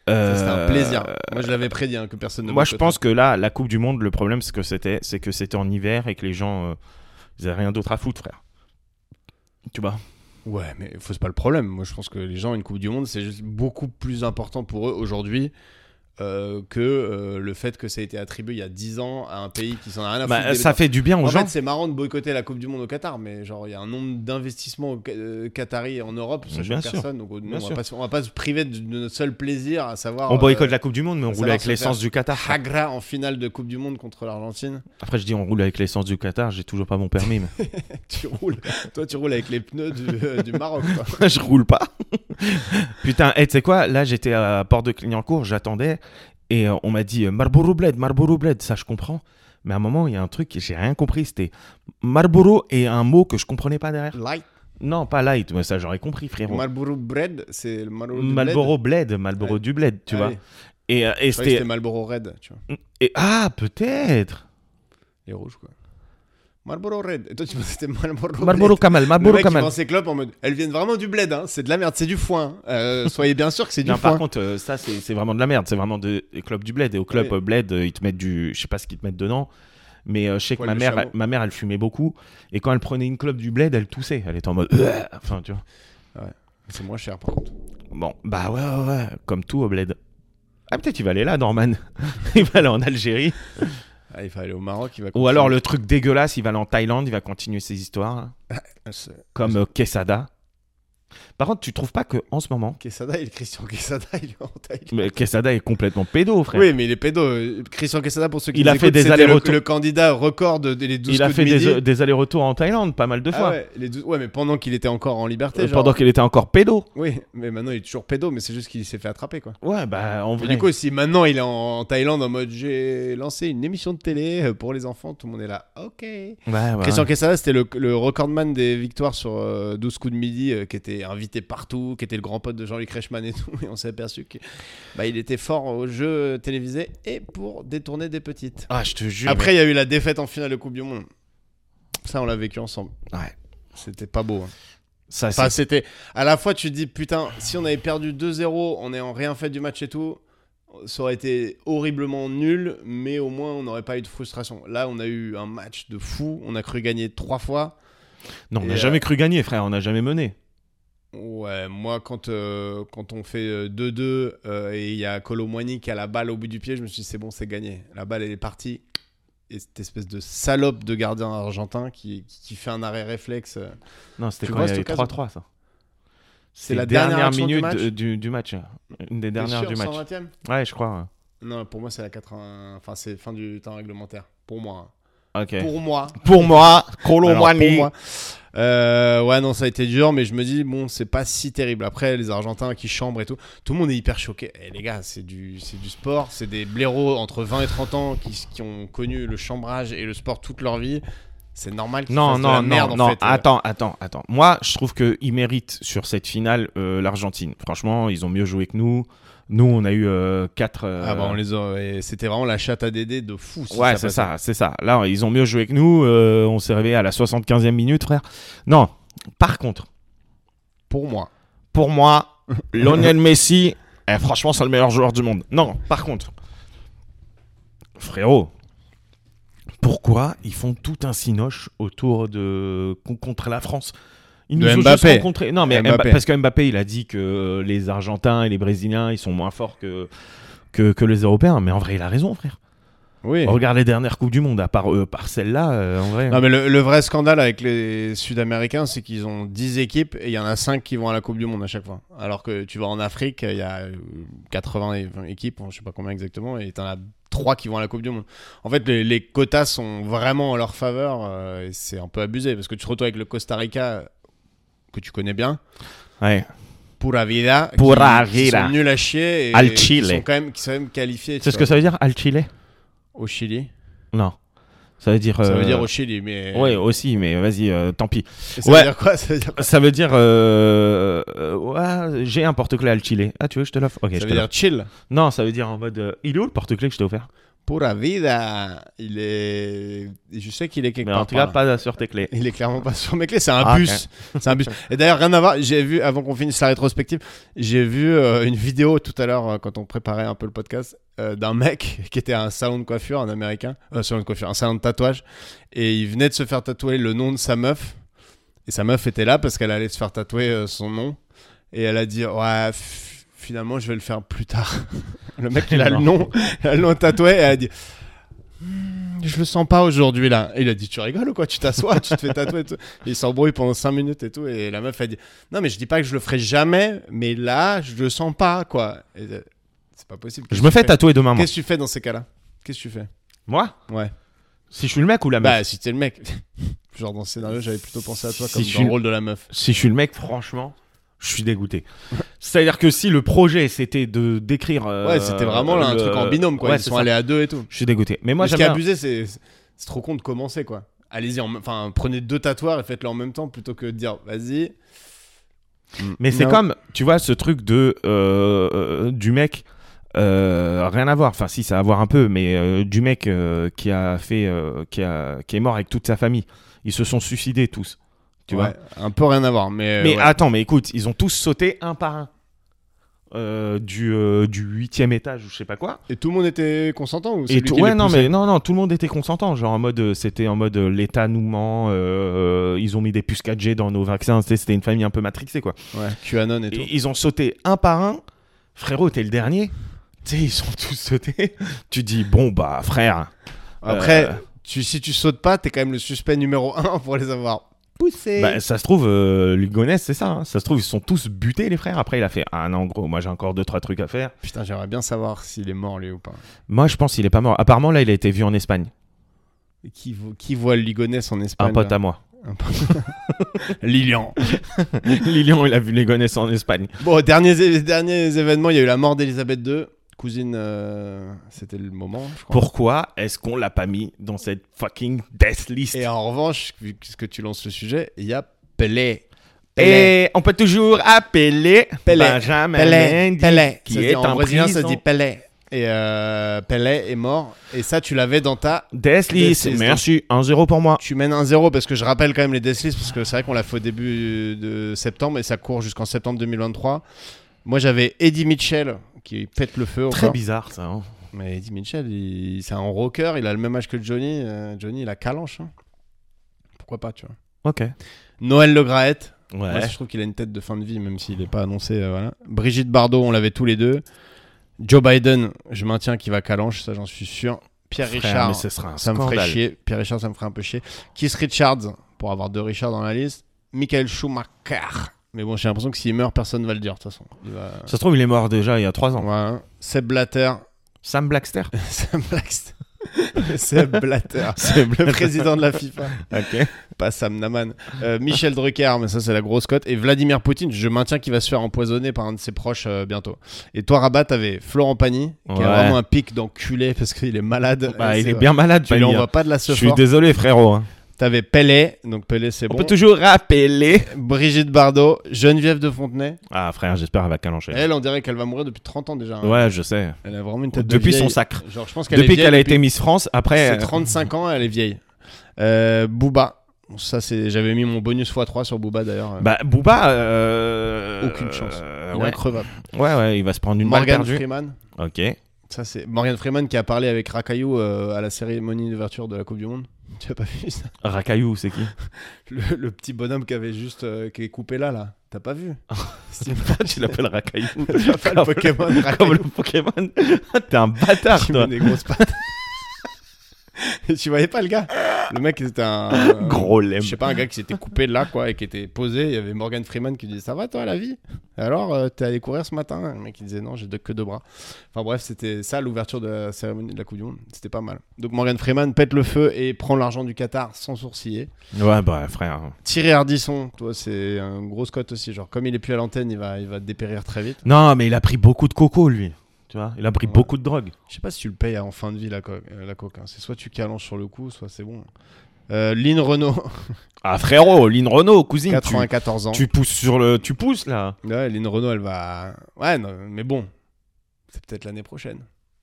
B: Ça, C'était
C: Euh,
B: un plaisir. Moi, je l'avais prédit hein, que personne ne
C: Moi, je
B: boycotterait.
C: pense que là, la Coupe du Monde, le problème, c'est que c'était, c'est que c'était en hiver et que les gens, euh, ils avaient rien d'autre à foutre, frère. Tu vois.
B: Ouais, mais faut- c'est pas le problème. Moi, je pense que les gens, une Coupe du Monde, c'est juste beaucoup plus important pour eux aujourd'hui euh, que euh, le fait que ça a été attribué il y a 10 ans à un pays qui s'en a rien à
C: Bah,
B: foutre. des
C: ça
B: bêtes.
C: fait du bien aux
B: En
C: gens.
B: fait, c'est marrant de boycotter la Coupe du Monde au Qatar, mais genre, il y a un nombre d'investissements au Ca- euh, Qatari et en Europe, ça
C: Bien
B: choque
C: sûr.
B: personne. Donc, nous,
C: Bien
B: on, va
C: sûr.
B: pas, se- on va pas se priver de, de notre seul plaisir, à savoir.
C: on boycotte
B: euh,
C: la Coupe du Monde, mais on
B: ça
C: roule
B: va
C: avec
B: se
C: l'essence
B: faire.
C: du Qatar.
B: Hagra en finale de Coupe du Monde contre l'Argentine.
C: Après, je dis on roule avec l'essence du Qatar. J'ai toujours pas mon permis. mais-
B: Tu roules, toi tu roules avec les pneus du, euh, du Maroc. quoi.
C: je roule pas. Putain, et tu sais quoi Là, j'étais à Port de Clignancourt, j'attendais, et euh, on m'a dit euh, Marlboro Bled, Marlboro Bled, ça je comprends. Mais à un moment, il y a un truc que j'ai rien compris, c'était Marlboro et un mot que je comprenais pas derrière.
B: Light
C: Non, pas light, mais ça j'aurais compris, frérot.
B: Marlboro Bread, c'est le Marlboro. du
C: Marlboro Bled, Marlboro
B: Ouais.
C: du Bled, tu
B: Ah
C: vois.
B: oui.
C: Et, euh, et
B: Je croyais que
C: c'était.
B: C'était Marlboro Red, tu vois.
C: et- ah, peut-être
B: Les rouges, quoi. Marlboro Red. Et toi, tu pensais que c'était Marlboro
C: Marlboro
B: Bled.
C: Kamal,
B: Le
C: Marlboro
B: mec, il
C: Kamal.
B: vend ses clopes en mode. Elles viennent vraiment du bled, hein. C'est de la merde, c'est du foin. hein. Euh, soyez bien sûr que c'est du
C: Non,
B: foin.
C: par contre, euh, ça c'est c'est vraiment de la merde, c'est vraiment de, des clubs du bled. Et au club
B: Oui.
C: euh, bled, euh, ils te mettent du. Je sais pas ce qu'ils te mettent dedans, mais euh, je sais que
B: Poil
C: ma
B: de
C: mère, elle,
B: chameau.
C: ma mère, elle fumait beaucoup. Et quand elle prenait une club du bled, elle toussait. Elle était en mode. Enfin, tu vois.
B: C'est moins cher, par contre.
C: Bon, bah ouais, ouais, ouais, comme tout au bled. Ah, peut-être il va aller là, Norman. il va aller en Algérie.
B: Ah, il faut aller au Maroc, il va
C: Ou alors le truc dégueulasse, il va aller en Thaïlande, il va continuer ses histoires, là.
B: continuer.
C: comme euh, Quesada. Par contre, tu trouves pas que en ce moment,
B: Quesada, il est Christian Quesada, il est en Thaïlande.
C: mais Quesada est complètement pédo, frère.
B: Oui, mais il est pédo. Euh, Christian Quesada, pour ceux qui
C: Il
B: nous
C: a fait
B: écoutent,
C: des
B: c'était le-
C: allers-retours.
B: Le, candidat record de- des 12
C: il a
B: coups
C: fait
B: de
C: des,
B: midi.
C: euh, des allers-retours en Thaïlande pas mal de
B: Ah
C: fois.
B: ouais, les 12 ouais, mais pendant qu'il était encore en liberté.
C: Euh,
B: genre.
C: Pendant qu'il était encore pédo.
B: Oui, mais maintenant il est toujours pédo, mais c'est juste qu'il s'est fait attraper quoi.
C: Ouais, bah en
B: Et
C: vrai.
B: du coup, si maintenant il est en, en Thaïlande en mode j'ai lancé une émission de télé euh, pour les enfants, tout le monde est là, ok.
C: Ouais, ouais, ouais.
B: Christian Quesada, c'était le, le recordman des victoires sur euh, 12 coups de midi, euh, qui était invité partout, qui était le grand pote de Jean-Luc Reichmann et tout. Et on s'est aperçu qu'il était fort au jeu télévisé et pour détourner des petites.
C: Ah, je te jure.
B: Après, il y a eu la défaite en finale de Coupe du Monde. Ça, on l'a vécu ensemble.
C: Ouais.
B: C'était pas beau. hein.
C: ça,
B: Enfin,
C: c'est-
B: c'était. À la fois, tu te dis, putain, si on avait perdu 2-0, on est en rien fait du match et tout, ça aurait été horriblement nul, mais au moins, on n'aurait pas eu de frustration. Là, on a eu un match de fou, on a cru gagner trois fois.
C: non, on n'a
B: et,
C: jamais cru gagner, frère. On n'a jamais mené.
B: Ouais, moi, quand, euh, quand on fait euh, 2-2 euh, et il y a Colomwani qui a la balle au bout du pied, je me suis dit, c'est bon, c'est gagné. La balle, elle est partie. Et cette espèce de salope de gardien argentin qui, qui fait un arrêt réflexe. euh,
C: Non, c'était
B: Tu
C: quand
B: vois
C: il y
B: cette
C: avait
B: occasion
C: 3-3, ça.
B: C'est
C: Les
B: la dernière,
C: dernières
B: action
C: minutes
B: du
C: de-
B: match.
C: du, du match. euh, Une des
B: T'es
C: dernières
B: sûr,
C: du match.
B: 120e?
C: Ouais, je crois.
B: Non, pour moi, c'est la 80. Enfin, c'est fin du temps réglementaire. Pour moi. hein.
C: ouais. Ok.
B: Pour moi.
C: Pour moi,
B: Alors, pour moi. Euh, ouais, non, ça a été dur, mais je me dis, bon, c'est pas si terrible. Après, les Argentins qui chambrent et tout, tout le monde est hyper choqué. Eh, les gars, c'est du, c'est du sport. C'est des blaireaux entre 20 et 30 ans qui, qui ont connu le chambrage et le sport toute leur vie. C'est normal qu'ils
C: Non,
B: fassent de
C: non,
B: la merde,
C: non,
B: en
C: non.
B: fait.
C: Attends, attends, attends. Moi, je trouve qu'ils méritent sur cette finale euh, l'Argentine. Franchement, ils ont mieux joué que nous. Nous, on a eu euh, 4.
B: Ah, bah, on les a- et C'était vraiment la chatte à Dédé de fou. si
C: ouais, c'est
B: passait.
C: ça, c'est ça. Là, ils ont mieux joué que nous. euh, on s'est réveillé à la 75e minute, frère. Non, par contre,
B: Pour moi.
C: pour moi, Lionel Messi, eh, franchement, c'est le meilleur joueur du monde. Non, par contre, frérot, pourquoi ils font tout un cinoche autour de con- contre la France ils
B: De
C: nous ont
B: Mbappé.
C: juste rencontrés. Non, mais Mba-
B: Mbappé.
C: parce que Mbappé, il a dit que euh, les Argentins et les Brésiliens, ils sont moins forts que, que, que les Européens. Mais en vrai, il a raison, frère.
B: Oui.
C: Regarde les dernières Coupes du Monde, à part, euh, par celle-là, euh, en vrai.
B: Non, mais le, le vrai scandale avec les Sud-Américains, c'est qu'ils ont 10 équipes et il y en a 5 qui vont à la Coupe du Monde à chaque fois. Alors que tu vas en Afrique, il y a euh, 80 et- enfin, équipes, je sais pas combien exactement, et tu en as 3 qui vont à la Coupe du Monde. En fait, les, les quotas sont vraiment en leur faveur euh, et c'est un peu abusé parce que tu te retrouves avec le Costa Rica euh, que tu connais bien,
C: Ouais.
B: Pura Vida, qui-
C: Pura
B: qui,
C: Vida.
B: sont nuls à chier et
C: Al
B: qui
C: Chile.
B: sont quand même, qui sont quand même qualifiés.
C: Tu
B: tu
C: sais ce que
B: vois.
C: ça veut dire, Al Chile
B: Au Chili.
C: Non. Ça veut dire.
B: Ça
C: euh,
B: veut dire au Chili, mais.
C: Ouais, aussi, mais vas-y, euh, tant pis.
B: Et ça
C: ouais.
B: veut dire quoi Ça veut dire,
C: Ça veut dire. euh, euh, ouais, j'ai un porte-clés à le Chili. Ah, tu veux, que je te l'offre Ok, je
B: ça
C: te
B: veut dire
C: l'offre.
B: chill.
C: Non, ça veut dire en mode. euh, il est où le porte-clés que je t'ai offert
B: Pura vida. Il est. Je sais qu'il est quelque
C: Mais
B: part.
C: en tout cas,
B: par là.
C: pas sur tes clés.
B: Il est clairement pas sur mes clés. C'est un
C: Ah,
B: bus. C'est un bus. Et d'ailleurs, rien à voir. J'ai vu, avant qu'on finisse la rétrospective, j'ai vu euh, une vidéo tout à l'heure euh, quand on préparait un peu le podcast euh, d'un mec qui était à un salon de coiffure, un américain. Un salon de coiffure, un salon de tatouage. Et il venait de se faire tatouer le nom de sa meuf. Et sa meuf était là parce qu'elle allait se faire tatouer euh, son nom. Et elle a dit Ouais, f- finalement, je vais le faire plus tard. le mec, il a le nom. Il a le nom tatoué. Et elle a dit Hmm, Je le sens pas aujourd'hui là. Et il a dit Tu rigoles ou quoi Tu t'assois, tu te fais tatouer. et tout. Et il s'embrouille pendant 5 minutes et tout. Et la meuf, a dit Non, mais je dis pas que je le ferai jamais, mais là, je le sens pas quoi. Et, euh, C'est pas possible.
C: Je me fais
B: tatouer.
C: tatouer demain, moi.
B: Qu'est-ce que tu fais dans ces cas-là Qu'est-ce que tu fais
C: Moi
B: Ouais.
C: Si je suis le mec ou la meuf
B: Bah, si t'es le mec. Genre dans ce scénario, j'avais plutôt pensé à toi
C: Si
B: comme
C: je
B: dans
C: suis-
B: le rôle de la meuf.
C: Si je suis le mec, franchement. Je suis dégoûté. C'est-à-dire que si le projet c'était de décrire. euh,
B: Ouais, c'était vraiment là, un
C: le-
B: truc en binôme quoi.
C: Ouais,
B: Ils
C: c'est
B: sont
C: ça.
B: allés à deux et tout.
C: Je suis dégoûté. Mais moi,
B: Mais ce
C: j'aime
B: qui est
C: bien.
B: abusé, c'est c'est trop con de commencer quoi. Allez-y, en- enfin prenez deux tatouages et faites-le en même temps plutôt que de dire vas-y.
C: Mais c'est
B: Non.
C: comme, tu vois, ce truc de euh, euh, du mec, euh, rien à voir. Enfin, si, ça a à voir un peu, mais euh, du mec euh, qui a fait, euh, qui, a, qui est mort avec toute sa famille. Ils se sont suicidés tous. Tu vois.
B: euh, Ouais, un peu rien à voir, mais.
C: Mais
B: ouais.
C: attends, mais écoute, ils ont tous sauté un par un. euh, du, euh, du huitième étage ou je sais pas quoi.
B: Et tout le monde était consentant ou
C: Et
B: celui
C: tout-
B: qui
C: ouais,
B: le
C: non,
B: poussait
C: mais non, non, tout le monde était consentant. Genre en mode, euh, c'était en mode euh, l'État nous ment, euh, ils ont mis des puces 4G dans nos vaccins. C'était c'était une famille un peu matrixée, quoi.
B: Ouais, QAnon et tout.
C: Et euh, ils ont sauté un par un. Frérot, t'es le dernier. Tu sais, ils sont tous sautés. tu dis, bon, bah, frère.
B: Après,
C: euh,
B: tu, si tu sautes pas, t'es quand même le suspect numéro 1 pour les avoir poussés.
C: Bah, ça se trouve, euh, Lugonès, c'est ça. hein. Ça se trouve, ils se sont tous butés, les frères. Après, il a fait Ah non, gros, moi j'ai encore deux trois trucs à faire.
B: Putain, j'aimerais bien savoir s'il est mort lui ou pas.
C: Moi, je pense qu'il est pas mort. Apparemment, là, il a été vu en Espagne.
B: Et Qui, vo- qui voit le Ligonès en Espagne
C: Un pote
B: là
C: à moi.
B: Un pote. Lilian.
C: Lilian, il a vu Lugonès en Espagne.
B: Bon, derniers, derniers événements, il y a eu la mort d'Elisabeth II. Cousine, euh, c'était le moment, je crois.
C: Pourquoi est-ce qu'on l'a pas mis dans cette fucking death list
B: Et en revanche, vu que- que tu lances le sujet, il y a Pelé.
C: Et on peut toujours appeler
B: Pelé.
C: Benjamin
B: Pelé,
C: Mendy,
B: Pelé,
C: qui
B: Ça se dit-
C: est
B: en
C: en
B: brésilien,
C: prison.
B: ça se dit Pelé. Et euh, Pelé est mort. Et ça, tu l'avais dans ta.
C: Death
B: list.
C: list. Merci, 1-0 pour moi.
B: Tu mènes un 0 parce que je rappelle quand même les death lists parce que c'est vrai qu'on l'a fait au début de septembre et ça court jusqu'en septembre 2023. Moi, j'avais Eddie Mitchell qui pète le feu.
C: Très
B: encore.
C: bizarre ça. hein.
B: Mais Eddie Mitchell, il- c'est un rocker. Il a le même âge que Johnny. euh, Johnny, il a calanche. hein. Pourquoi pas, tu vois.
C: Ok.
B: Noël Le Graët. Moi,
C: Ouais.
B: je trouve qu'il a une tête de fin de vie, même s'il n'est pas annoncé. euh, voilà. Brigitte Bardot, on l'avait tous les deux. Joe Biden, je maintiens qu'il va calanche, ça j'en suis sûr. Pierre
C: Frère,
B: Richard,
C: mais ce sera un
B: ça me ferait
C: scandale.
B: chier. Pierre Richard, ça me ferait un peu chier. Keith Richards, pour avoir deux Richards dans la liste. Michael Schumacher. Mais bon, j'ai l'impression que s'il meurt, personne va le dire, de toute façon. Il va-
C: Ça se trouve, il est mort déjà il y a 3 ans.
B: Ouais, hein. Seb Blatter.
C: Sam Blackster.
B: Sam Blackst- Seb Blatter. Le président de la FIFA.
C: ok.
B: Pas Sam Naman. Euh, Michel Drucker, mais ça c'est la grosse cote. Et Vladimir Poutine, je maintiens qu'il va se faire empoisonner par un de ses proches euh, bientôt. Et toi, Rabat, t'avais Florent Pagny, qui
C: Ouais.
B: a vraiment un pic d'enculé parce qu'il est malade.
C: Bah,
B: Et
C: il
B: c'est
C: est
B: vrai.
C: bien malade,
B: Tu lui
C: Pagny. hein.
B: envoies pas de la
C: Je suis
B: sephore.
C: désolé, frérot. hein.
B: T'avais Pelé, donc Pelé c'est
C: On
B: bon.
C: peut toujours rappeler.
B: Brigitte Bardot, Geneviève de Fontenay.
C: Ah, frère, j'espère qu'elle va calancher.
B: Elle, on dirait qu'elle va mourir depuis 30 ans déjà. Eh, hein.
C: Ouais, je sais.
B: Elle a vraiment une tête de
C: Depuis son
B: vieille.
C: sacre.
B: Genre, je pense qu'elle est
C: Depuis
B: vieille
C: qu'elle a été Miss France,
B: C'est
C: après. euh,
B: 35 ans, elle est vieille. Euh, Booba. Ça, c'est... J'avais mis mon bonus x3 sur Booba d'ailleurs.
C: Bah, Booba. euh,
B: Aucune chance.
C: euh,
B: Il est
C: ouais.
B: increvable.
C: ouais, ouais, il va se prendre une
B: Morgan
C: balle perdue.
B: Freeman.
C: Ok.
B: Ça, c'est Morgan Freeman qui a parlé avec Rakayu euh, à la cérémonie d'ouverture de la Coupe du Monde. Tu as pas vu ça
C: Rakaillou, c'est qui
B: le, le petit bonhomme qui avait juste. euh, qui est coupé là, là. T'as pas vu C'est
C: Tu l'appelles Rakaillou.
B: pas le Pokémon
C: Comme
B: Rakayu.
C: le Pokémon. T'es un bâtard,
B: Tu
C: toi.
B: mets des grosses pattes. Et tu voyais pas le gars Le mec, c'était un.
C: Gros lème.
B: Je sais pas, un gars qui s'était coupé là, quoi, et qui était posé. Il y avait Morgan Freeman qui disait Ça va, toi, la vie Et Alors, euh, t'es allé courir ce matin Le mec, il disait Non, j'ai deux- que deux bras. Enfin, bref, c'était ça l'ouverture de la cérémonie de la Coupe du Monde. C'était pas mal. Donc, Morgan Freeman pète le feu et prend l'argent du Qatar sans sourciller.
C: Ouais, bah, frère.
B: Thierry Hardisson, toi, c'est un gros Scott aussi. Genre, comme il est plus à l'antenne, il va, il va dépérir très vite.
C: Non, mais il a pris beaucoup de coco, lui. Tu vois, il a pris
B: Ouais.
C: beaucoup de drogue.
B: Je sais pas si tu le payes en fin de vie, la, co- euh, la coque. hein. C'est soit tu calanches sur le coup, soit c'est bon. Euh, Lynn Renault,
C: Ah, frérot, Lynn Renault, cousine. tu-
B: 94 ans.
C: Tu pousses sur le. Tu pousses là.
B: Ouais, Lynn Renault, elle va. Ouais, non, mais bon. C'est peut-être l'année prochaine.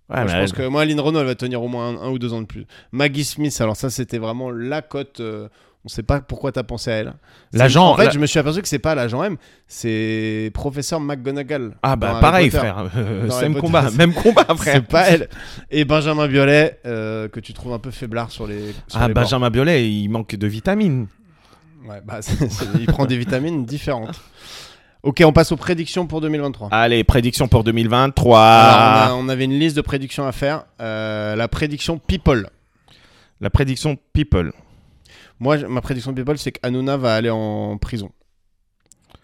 C: Ouais,
B: Moi,
C: mais
B: je pense que moi, Lynn Renault, elle va tenir au moins un, un ou deux ans de plus. Maggie Smith, alors ça, c'était vraiment la cote. euh, on sait pas pourquoi t'as pensé à elle. C'est-
C: L'agent-
B: En fait,
C: la-
B: je me suis aperçu que c'est pas l'agent M, c'est professeur McGonagall.
C: Ah
B: dans
C: bah
B: Harry
C: pareil
B: Potter.
C: frère, Euh,
B: Dans Harry
C: même
B: Potter,
C: combat,
B: c'est-
C: même combat Ah, frère.
B: C'est pas elle. Et Benjamin Biolay, euh, que tu trouves un peu faiblard sur les. sur
C: Ah
B: les bords.
C: Benjamin Biolay, il manque de vitamines.
B: Ouais, bah, c'est- c'est- il prend des vitamines différentes. Ok, on passe aux prédictions pour 2023.
C: Allez, prédiction pour 2023. Ah.
B: Alors, on, a- on avait une liste de prédictions à faire. Euh, la prédiction People.
C: La prédiction people.
B: Moi, je- ma prédiction People, c'est qu'Anouna va aller en prison.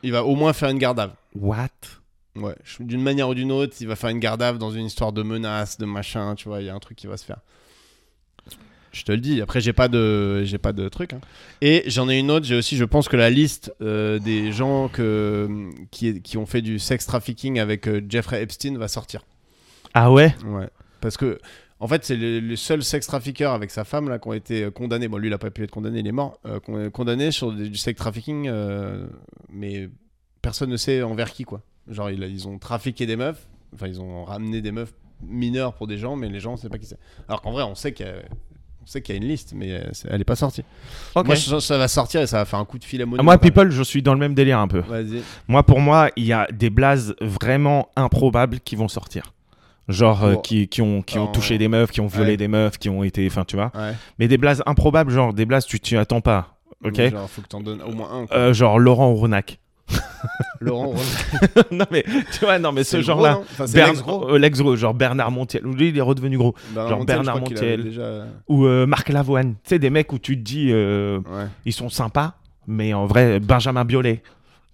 B: Il va au moins faire une gardave.
C: What
B: Ouais, je- d'une manière ou d'une autre, il va faire une gardave dans une histoire de menace, de machin, tu vois, il y a un truc qui va se faire. Je te le dis, après j'ai pas de j'ai pas de truc hein. Et j'en ai une autre, j'ai aussi je pense que la liste euh, des gens que qui, qui ont fait du sex trafficking avec euh, Jeffrey Epstein va sortir.
C: Ah ouais
B: Ouais. Parce que, en fait, c'est le, le seul sex trafficker avec sa femme là qui ont été euh, condamnés. Bon, lui, il a pas pu être condamné, il est mort. Euh, con- condamné sur des- du sex trafficking, euh, mais personne ne sait envers qui, quoi. Genre, il a- ils ont trafiqué des meufs, enfin, ils ont ramené des meufs mineures pour des gens, mais les gens, on sait pas qui c'est. Alors qu'en vrai, on sait qu'il y a On sait qu'il y a une liste, mais euh, c'est- elle est pas sortie.
C: Ok.
B: Moi, je sens que ça va sortir et ça va faire un coup de fil à Mono.
C: Ah, Moi, People, je suis dans le même délire un peu.
B: Vas-y.
C: Moi, pour moi, il y a des blazes vraiment improbables qui vont sortir. Genre euh,
B: Bon.
C: qui, qui ont, qui ont
B: En-
C: touché des meufs, qui ont violé
B: Ouais.
C: des meufs, qui ont été. Enfin, tu vois.
B: Ouais.
C: Mais des blazes improbables, genre des blazes, tu t'y attends pas. Ok
B: Mais Genre, faut que t'en donnes au moins un. quoi.
C: Euh, Genre Laurent Rounac.
B: Laurent, Roland,
C: non, mais tu vois, non, mais
B: c'est
C: ce
B: le gros,
C: genre-là.
B: non Enfin, c'est
C: Bern-
B: l'ex-gros.
C: euh, l'ex-gros, genre Bernard Montiel. Lui, il est redevenu gros. genre
B: Montiel,
C: Bernard
B: je crois qu'il avait
C: Montiel.
B: déjà, euh,
C: Ou euh, Marc Lavoine. Tu sais, des mecs où tu te dis, euh,
B: Ouais.
C: ils sont sympas, mais en vrai, Benjamin Biolay.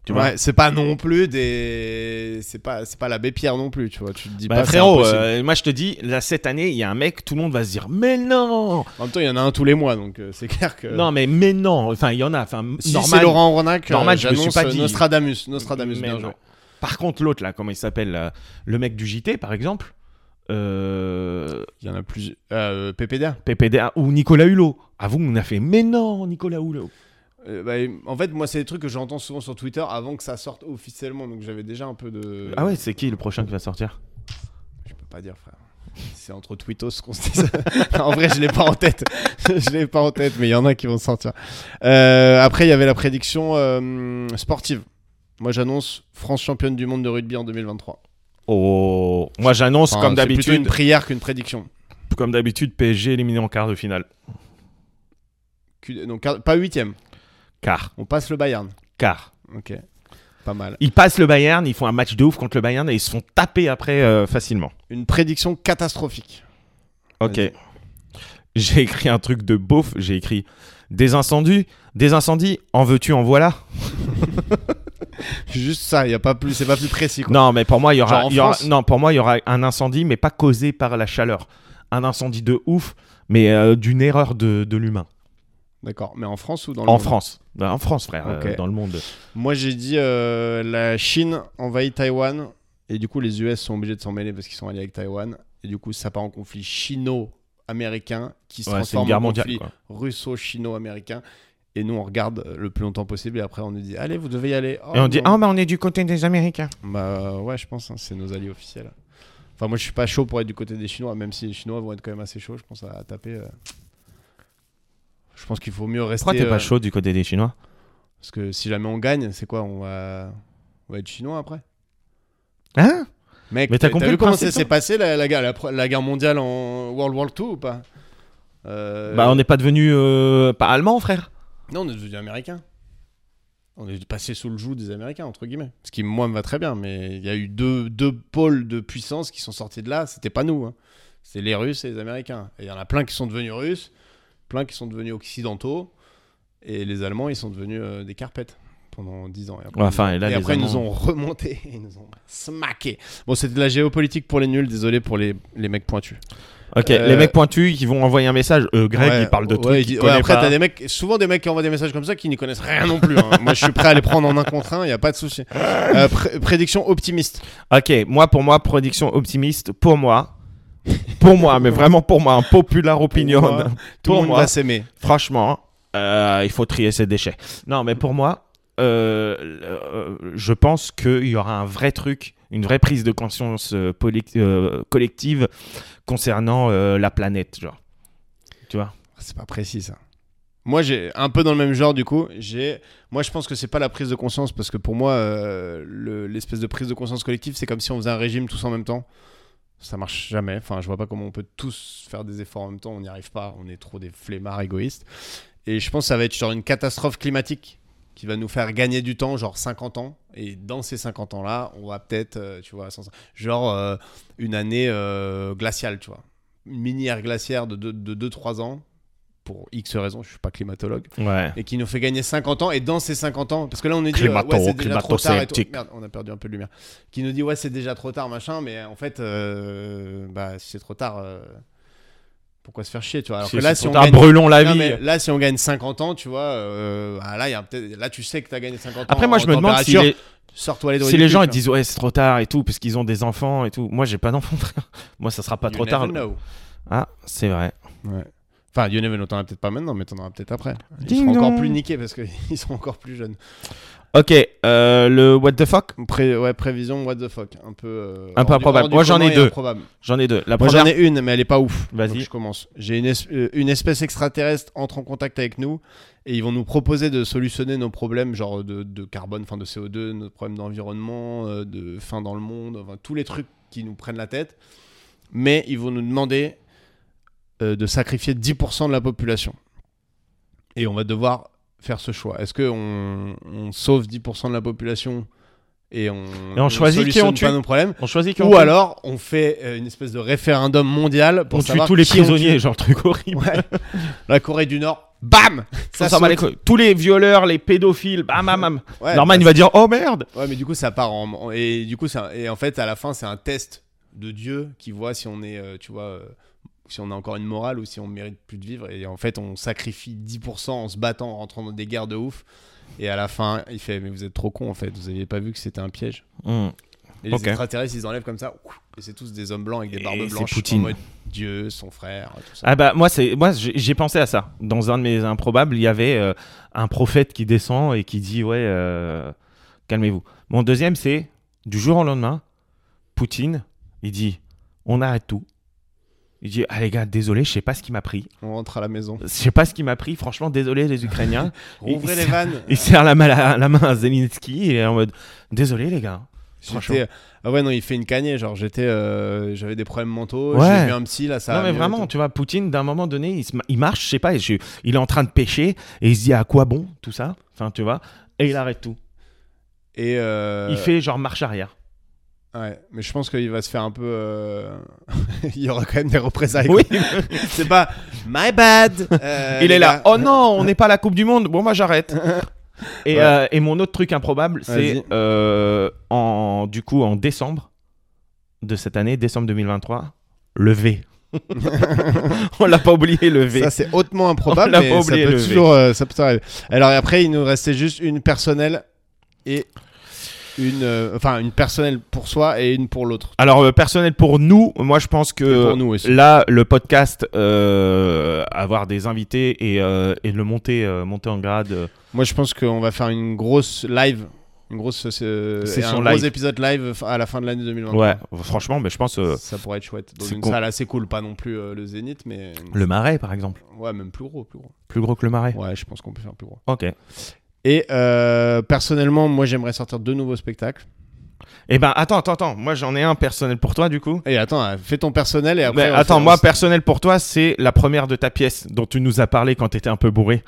C: Tu vois
B: Ouais, c'est pas non plus des. C'est pas, c'est pas l'abbé Pierre non plus, tu vois. Tu te dis
C: Bah,
B: pas. c'est
C: frérot,
B: impossible.
C: euh, moi je te dis, là cette année, il y a un mec, tout le monde va se dire, mais non
B: En même temps, il y en a un tous les mois, donc euh, c'est clair que.
C: Non, mais, mais non Enfin, il y en a. Enfin,
B: si
C: normal.
B: c'est Laurent Ronac, euh,
C: Norman, je me
B: j'annonce
C: suis pas dit.
B: Nostradamus. Nostradamus,
C: mais
B: bien
C: non.
B: joué.
C: Par contre, l'autre là, comment il s'appelle là Le mec du JT, par exemple euh,
B: Il y en a plus. Euh, PPDA.
C: PPDA ou Nicolas Hulot. Ah vous, on a fait, mais non, Nicolas Hulot.
B: Euh, bah, en fait, moi, c'est des trucs que j'entends souvent sur Twitter avant que ça sorte officiellement, donc j'avais déjà un peu de.
C: Ah ouais, c'est qui le prochain qui va sortir
B: Je peux pas dire, frère. C'est entre tweetos qu'on se dit ça. en vrai, je l'ai pas en tête. je l'ai pas en tête, mais il y en a qui vont sortir. Euh, après, il y avait la prédiction euh, sportive. Moi, j'annonce France championne du monde de rugby en 2023.
C: Oh, moi j'annonce
B: Enfin,
C: comme
B: c'est plutôt une
C: d'habitude,
B: prière qu'une prédiction.
C: comme d'habitude PSG éliminé en quart de finale.
B: Q- Donc, quart- pas huitième.
C: Car,
B: On passe le Bayern.
C: car.
B: Ok. Pas mal.
C: Ils passent le Bayern, ils font un match de ouf contre le Bayern et ils se font taper après euh, facilement.
B: Une prédiction catastrophique.
C: Ok.
B: Vas-y.
C: J'ai écrit un truc de beauf, j'ai écrit des incendies, des incendies, en veux-tu, en voilà.
B: Juste ça, il y a pas plus, c'est pas plus précis. Quoi.
C: Non, mais pour moi, il y aura,
B: Genre en
C: il y aura-
B: France
C: non, pour moi, il y aura un incendie, mais pas causé par la chaleur. Un incendie de ouf, mais euh, d'une erreur de, de l'humain.
B: D'accord. Mais en France ou dans le
C: En
B: monde
C: France. Ben, En France, frère, euh,
B: Ok.
C: dans le monde.
B: Moi, j'ai dit euh, la Chine envahit Taïwan et du coup, les US sont obligés de s'en mêler parce qu'ils sont alliés avec Taïwan et du coup, ça part en conflit chino-américain qui se
C: Ouais, c'est une
B: transforme
C: guerre
B: en
C: mondiale.
B: conflit
C: quoi.
B: russo-chino-américain. Et nous, on regarde euh, le plus longtemps possible et après, on nous dit allez, vous devez y aller. Oh,
C: Et on dit,
B: non.
C: ah, ben on est du côté des Américains.
B: Bah euh, ouais, je pense, hein, c'est nos alliés officiels. Enfin, moi, je suis pas chaud pour être du côté des Chinois, même si les Chinois vont être quand même assez chauds, je pense, à, à taper. euh. Je pense qu'il faut mieux rester.
C: Pourquoi t'es
B: euh,
C: pas chaud du côté des Chinois
B: Parce que si jamais on gagne, c'est quoi on va... on va être Chinois après
C: Hein
B: Mec,
C: Mais t'as compris
B: vu
C: le
B: comment
C: principe,
B: ça
C: toi
B: s'est passé la, la guerre, la pro- la guerre mondiale en World War II ou pas Euh,
C: Bah, on n'est pas devenu euh, pas allemand, frère.
B: Non, on est devenus américains. On est passé sous le joug des Américains, entre guillemets. Ce qui, moi, me va très bien, mais il y a eu deux, deux pôles de puissance qui sont sortis de là. C'était pas nous. hein. C'est les Russes et les Américains. Et il y en a plein qui sont devenus russes, plein qui sont devenus occidentaux. Et les Allemands, ils sont devenus euh, des carpettes pendant 10 ans. Et après,
C: Ouais, enfin, et là,
B: et
C: les
B: après, ils nous
C: Allemands-
B: ont remonté, ils nous ont smacké. Bon, c'était de la géopolitique pour les nuls, désolé pour les, les mecs pointus.
C: Ok,
B: Euh,
C: les mecs pointus qui vont envoyer un message. Euh, Greg,
B: Ouais,
C: il parle de
B: ouais,
C: trucs.
B: il
C: qu'il
B: dit- ouais,
C: connaît
B: après,
C: pas.
B: t'as des mecs, souvent des mecs qui envoient des messages comme ça qui n'y connaissent rien non plus. hein. Moi, je suis prêt à les prendre en un contre un, il n'y a pas de souci. Euh, pré- prédiction optimiste.
C: Ok, moi pour moi, prédiction optimiste, pour moi, pour moi, mais vraiment pour moi, un popular opinion,
B: Pour moi, Tout
C: Pour
B: le monde
C: moi.
B: va s'aimer.
C: franchement, euh, il faut trier ses déchets. Non, mais pour moi, euh, euh, je pense qu'il y aura un vrai truc, une vraie prise de conscience euh, poli- euh, collective concernant euh, la planète, genre. Tu vois
B: Ah, C'est pas précis ça. Moi, j'ai un peu dans le même genre du coup. J'ai, moi, je pense que c'est pas la prise de conscience parce que pour moi, euh, le- l'espèce de prise de conscience collective, c'est comme si on faisait un régime tous en même temps. Ça marche jamais. Enfin, je vois pas comment on peut tous faire des efforts en même temps. On n'y arrive pas. On est trop des flemmards égoïstes. Et je pense que ça va être genre une catastrophe climatique qui va nous faire gagner du temps, genre 50 ans. Et dans ces 50 ans-là, on va peut-être, euh, tu vois, sans- genre euh, une année euh, glaciale, tu vois. Une mini-ère glaciaire de 2-3 ans pour X raisons, je suis pas climatologue,
C: Ouais.
B: et qui nous fait gagner 50 ans, et dans ces 50 ans, parce que là on est dit,
C: Climato-
B: euh, ouais, c'est déjà trop tard, et tout.
C: climato-sceptique.
B: Merde, on a perdu un peu de lumière, qui nous dit, ouais, c'est déjà trop tard, machin, mais en fait, euh, bah, si c'est trop tard, euh, pourquoi se faire chier, tu vois, alors que là, si on gagne...
C: brûlons la
B: Non,
C: vie.
B: mais là, si on gagne 50 ans, tu vois, euh, ah, là, il y a peut-être- là, tu sais que t'as gagné 50 ans.
C: Après, moi,
B: en
C: je me demande si
B: température,
C: les-
B: sors-toi les doigts
C: Si
B: du
C: les
B: cul,
C: gens
B: tu
C: ils disent ouais c'est trop tard et tout parce qu'ils ont des enfants et tout, moi j'ai pas d'enfants frère. Moi ça sera pas
B: vois.
C: trop
B: You
C: tard.
B: never know.
C: Ah c'est vrai.
B: Ouais. Enfin, you never know, t'en as peut-être pas maintenant, mais t'en auras peut-être après. Ils
C: Ding
B: seront encore
C: dong.
B: plus niqués parce qu'ils seront encore plus jeunes.
C: Ok, euh, le what the fuck
B: Pré- ouais, prévision, what the fuck. Un peu. euh,
C: Un peu
B: hors du-
C: improbable.
B: hors du
C: Moi, j'en ai
B: commun et
C: deux.
B: improbable.
C: J'en ai deux. La
B: Moi,
C: première.
B: j'en ai une, mais elle est pas ouf.
C: Vas-y.
B: Donc, Je commence. J'ai une, es- euh, une espèce extraterrestre entre en contact avec nous et ils vont nous proposer de solutionner nos problèmes, genre de, de carbone, enfin de CO2, nos problèmes d'environnement, euh, de faim dans le monde, enfin tous les trucs qui nous prennent la tête. Mais ils vont nous demander euh, de sacrifier 10% de la population. Et on va devoir faire ce choix. Est-ce qu'on on sauve 10% de la population et on,
C: Et on choisit qui on
B: solutionne
C: tue.
B: pas nos problèmes
C: On choisit qui on
B: ou
C: tue.
B: alors, on fait euh, une espèce de référendum mondial pour
C: on tue
B: savoir
C: tous les
B: qui on tue.
C: prisonniers, genre truc horrible.
B: Ouais. La Corée du Nord, bam
C: Ça s'en bat les couilles. Tous les violeurs, les pédophiles, bam bam bam.
B: Ouais,
C: Norman, il va dire oh merde.
B: bah, ouais, mais du coup, ça part en... en- Et du coup, ça... et en fait, à la fin, c'est un test de Dieu qui voit si on est, euh, tu vois, euh, si on a encore une morale ou si on mérite plus de vivre. Et en fait, on sacrifie 10% en se battant, en rentrant dans des guerres de ouf. Et à la fin, il fait, mais vous êtes trop con en fait, vous aviez pas vu que c'était un piège.
C: Hmm.
B: Et les
C: Ok.
B: extraterrestres, ils enlèvent comme ça, ouf, et c'est tous des hommes blancs avec des
C: Et
B: barbes
C: c'est
B: blanches. en
C: Poutine.
B: mode Dieu, son frère, tout ça.
C: Ah bah moi c'est moi j'ai j'ai pensé à ça. Dans un de mes improbables, il y avait euh, un prophète qui descend et qui dit ouais euh, calmez-vous. Mon deuxième c'est du jour au lendemain, Poutine, il dit on arrête tout. Il dit ah les gars désolé, je sais pas ce qui m'a pris.
B: On rentre à la maison.
C: Je sais pas ce qui m'a pris. Franchement désolé les Ukrainiens.
B: Rouvrez
C: Il-
B: les vannes.
C: il serre la, main à- la main à Zelensky et est en mode désolé les gars. franchement.
B: J'étais- Ah ouais, non, il fait une cagnée. Genre, j'étais, euh, j'avais des problèmes mentaux.
C: Ouais.
B: J'ai vu un psy, là, ça.
C: non
B: a
C: mais
B: mieux
C: vraiment,
B: et tout.
C: tu vois, Poutine, d'un moment donné, il, se ma- il marche, je sais pas, et je- il est en train de pêcher, et il se dit à quoi bon tout ça, enfin tu vois, et il arrête tout.
B: Et. euh,
C: Il fait genre marche arrière.
B: Ouais, mais je pense qu'il va se faire un peu. euh, il y aura quand même des représailles.
C: Oui,
B: quoi. C'est pas. My bad. euh,
C: il
B: les
C: est là.
B: gars.
C: Oh non, on n'est pas à la Coupe du Monde. Bon, moi j'arrête. Et,
B: Ouais.
C: euh, et mon autre truc improbable, c'est
B: Vas-y.
C: euh, en du coup en décembre de cette année, décembre 2023, le V. on l'a pas oublié le V.
B: Ça, c'est hautement improbable.
C: On l'a
B: mais
C: pas
B: ça
C: oublié,
B: peut
C: le V.
B: toujours. euh, ça peut arriver. Alors, et après, il nous restait juste une personnelle et. Une, euh, enfin, une personnelle pour soi et une pour l'autre.
C: Alors euh, personnel pour nous, moi je pense
B: Et
C: que
B: pour nous aussi.
C: Là, le podcast, euh, avoir des invités et, euh, et le monter, euh, monter en grade. euh.
B: Moi, je pense qu'on va faire une grosse live, une grosse euh,
C: Session
B: un gros
C: live.
B: épisode live f- à la fin de l'année 2023.
C: ouais, franchement, mais je pense euh,
B: Ça pourrait être chouette. Dans
C: c'est
B: une
C: con.
B: salle assez cool, pas non plus euh, le Zénith, mais
C: le marais, par exemple,
B: ouais, même plus gros, plus gros.
C: plus gros que le marais.
B: Ouais, je pense qu'on peut faire plus gros.
C: Ok.
B: Et euh, personnellement, moi, j'aimerais sortir deux nouveaux spectacles.
C: Eh ben, attends, attends, attends. Moi, j'en ai un personnel pour toi, du coup.
B: Et attends, euh, fais ton personnel et après.
C: Mais
B: on
C: attends,
B: fait-
C: moi,
B: on-
C: personnel pour toi, c'est la première de ta pièce dont tu nous as parlé quand t'étais un peu bourré.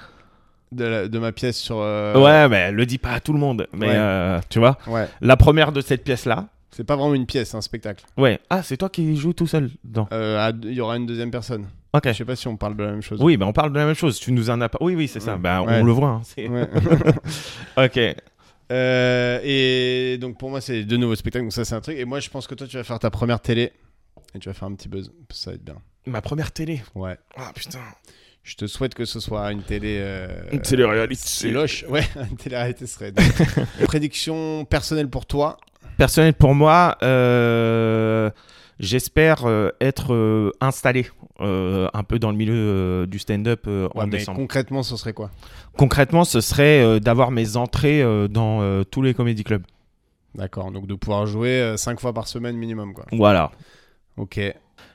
B: de, la- de ma pièce sur. euh,
C: Ouais, mais le dis pas à tout le monde. Mais
B: Ouais.
C: euh, tu vois,
B: Ouais.
C: la première de cette pièce-là.
B: C'est pas vraiment une pièce, c'est un spectacle.
C: Ouais. Ah, c'est toi qui joues tout seul dedans.
B: Euh, à deux- Il y aura une deuxième personne.
C: Ok.
B: Je sais pas si on parle de la même chose.
C: Oui, ben on parle de la même chose. Tu nous en as pas. Oui, oui, c'est ça.
B: Ouais.
C: Ben,
B: Ouais.
C: on le voit. hein, c'est-
B: Ouais.
C: Ok.
B: Euh, et donc pour moi, c'est de nouveaux spectacles, donc ça c'est un truc. Et moi, je pense que toi, tu vas faire ta première télé et tu vas faire un petit buzz. Ça va être bien.
C: Ma première télé.
B: Ouais.
C: Ah putain.
B: Je te souhaite que ce soit une télé. Euh...
C: Une télé-réalité.
B: Siloche, ouais, une télé-réalité serait. dingue. Prédiction personnelle pour toi.
C: Personnel pour moi, euh, j'espère euh, être euh, installé euh, un peu dans le milieu euh, du stand-up euh, en
B: Ouais, mais
C: décembre.
B: concrètement, ce serait quoi
C: Concrètement, ce serait euh, d'avoir mes entrées euh, dans euh, tous les comédie clubs.
B: D'accord, donc de pouvoir jouer 5 fois par semaine minimum, quoi.
C: Voilà.
B: Ok, ce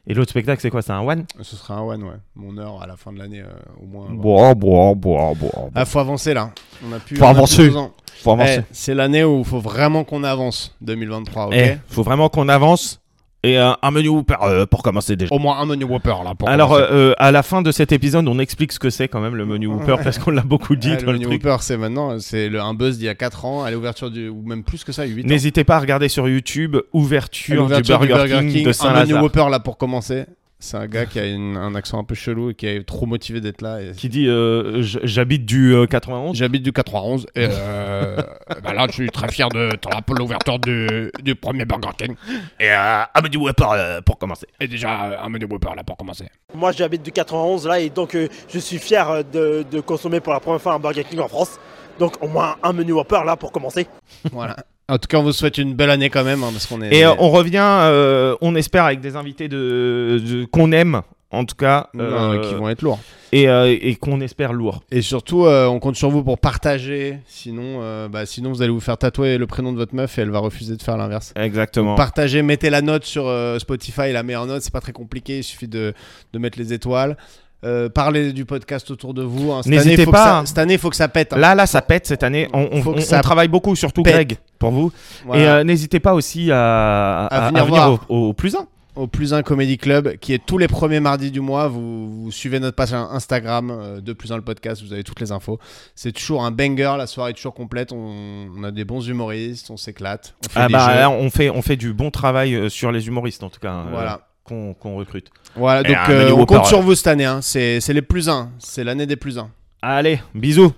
C: Et l'autre spectacle, c'est quoi C'est un one
B: sera un one, ouais. Mon heure à la fin de l'année, euh, au moins. avoir-
C: Boire, boire, boire, boire.
B: Ah, faut avancer là. On a plus.
C: Faut
B: on a plus
C: avancer.
B: deux ans.
C: Faut avancer.
B: Eh, c'est l'année où il faut vraiment qu'on avance, 2023, ok
C: Eh, faut vraiment qu'on avance. Et euh, un menu Whopper, euh, pour commencer déjà.
B: Au moins un menu Whopper là pour
C: Alors,
B: commencer.
C: euh, euh, à la fin de cet épisode, on explique ce que c'est quand même le menu Whopper parce qu'on l'a beaucoup dit
B: Ah,
C: dans
B: le
C: le
B: menu
C: truc.
B: Whopper, c'est maintenant, c'est le, un buzz d'il y a 4 ans, à l'ouverture du. ou même plus que ça, 8 ans.
C: N'hésitez pas à regarder sur YouTube
B: À
C: ouverture,
B: l'ouverture
C: du, Burger King, de
B: un menu
C: Saint-Lazare
B: Whopper là pour commencer. C'est un gars qui a une- un accent un peu chelou et qui est trop motivé d'être là. et-
C: qui dit euh, j- j'habite du euh, 91.
B: J'habite du 91 et euh, bah là je suis très fier de t'en l'ouverture du, du premier Burger King.
C: Et euh, un menu Whopper euh, pour commencer.
B: Et déjà euh, un menu Whopper là pour commencer.
D: Moi j'habite du 91 là et donc euh, je suis fier euh, de, de consommer pour la première fois un Burger King en France. Donc au moins un menu Whopper là pour commencer.
B: Voilà. En tout cas, on vous souhaite une belle année quand même hein, parce qu'on est.
C: euh, Et euh, on revient, euh, on espère avec des invités de, de- qu'on aime en tout cas, euh,
B: euh, qui vont être lourds.
C: et, euh, et qu'on espère lourd.
B: Et surtout, euh, on compte sur vous pour partager. Sinon, euh, bah, sinon, vous allez vous faire tatouer le prénom de votre meuf et elle va refuser de faire l'inverse.
C: Exactement.
B: Partagez, mettez la note sur euh, Spotify, la meilleure note, c'est pas très compliqué, il suffit de, de mettre les étoiles. Euh, parlez du podcast autour de vous. hein. Cette
C: N'hésitez
B: année, faut
C: pas,
B: que ça-
C: hein.
B: Cette année, il faut que ça pète. hein.
C: Là, là, ça pète cette année. On, on-
B: Faut que
C: on-
B: ça
C: on travaille beaucoup, surtout
B: pète.
C: Greg, pour vous.
B: Voilà.
C: Et euh, n'hésitez pas aussi à, à- à
B: venir
C: venir,
B: voir.
C: au, au plus 1.
B: au Plus 1 Comedy Club, qui est tous les premiers mardis du mois. Vous, vous suivez notre page Instagram, euh, de Plus 1 le podcast, vous avez toutes les infos. C'est toujours un banger, la soirée est toujours complète. On, on a des bons humoristes, on s'éclate. On fait
C: Ah
B: des
C: bah
B: jeux.
C: là, on fait, on fait du bon travail euh, sur les humoristes, en tout cas, euh,
B: Voilà.
C: qu'on qu'on recrute.
B: Voilà,
C: Et
B: donc
C: un
B: euh,
C: menu
B: on
C: Whopper,
B: compte sur
C: ouais.
B: vous cette année. hein. C'est c'est les plus 1. C'est l'année des plus 1.
C: Allez, bisous.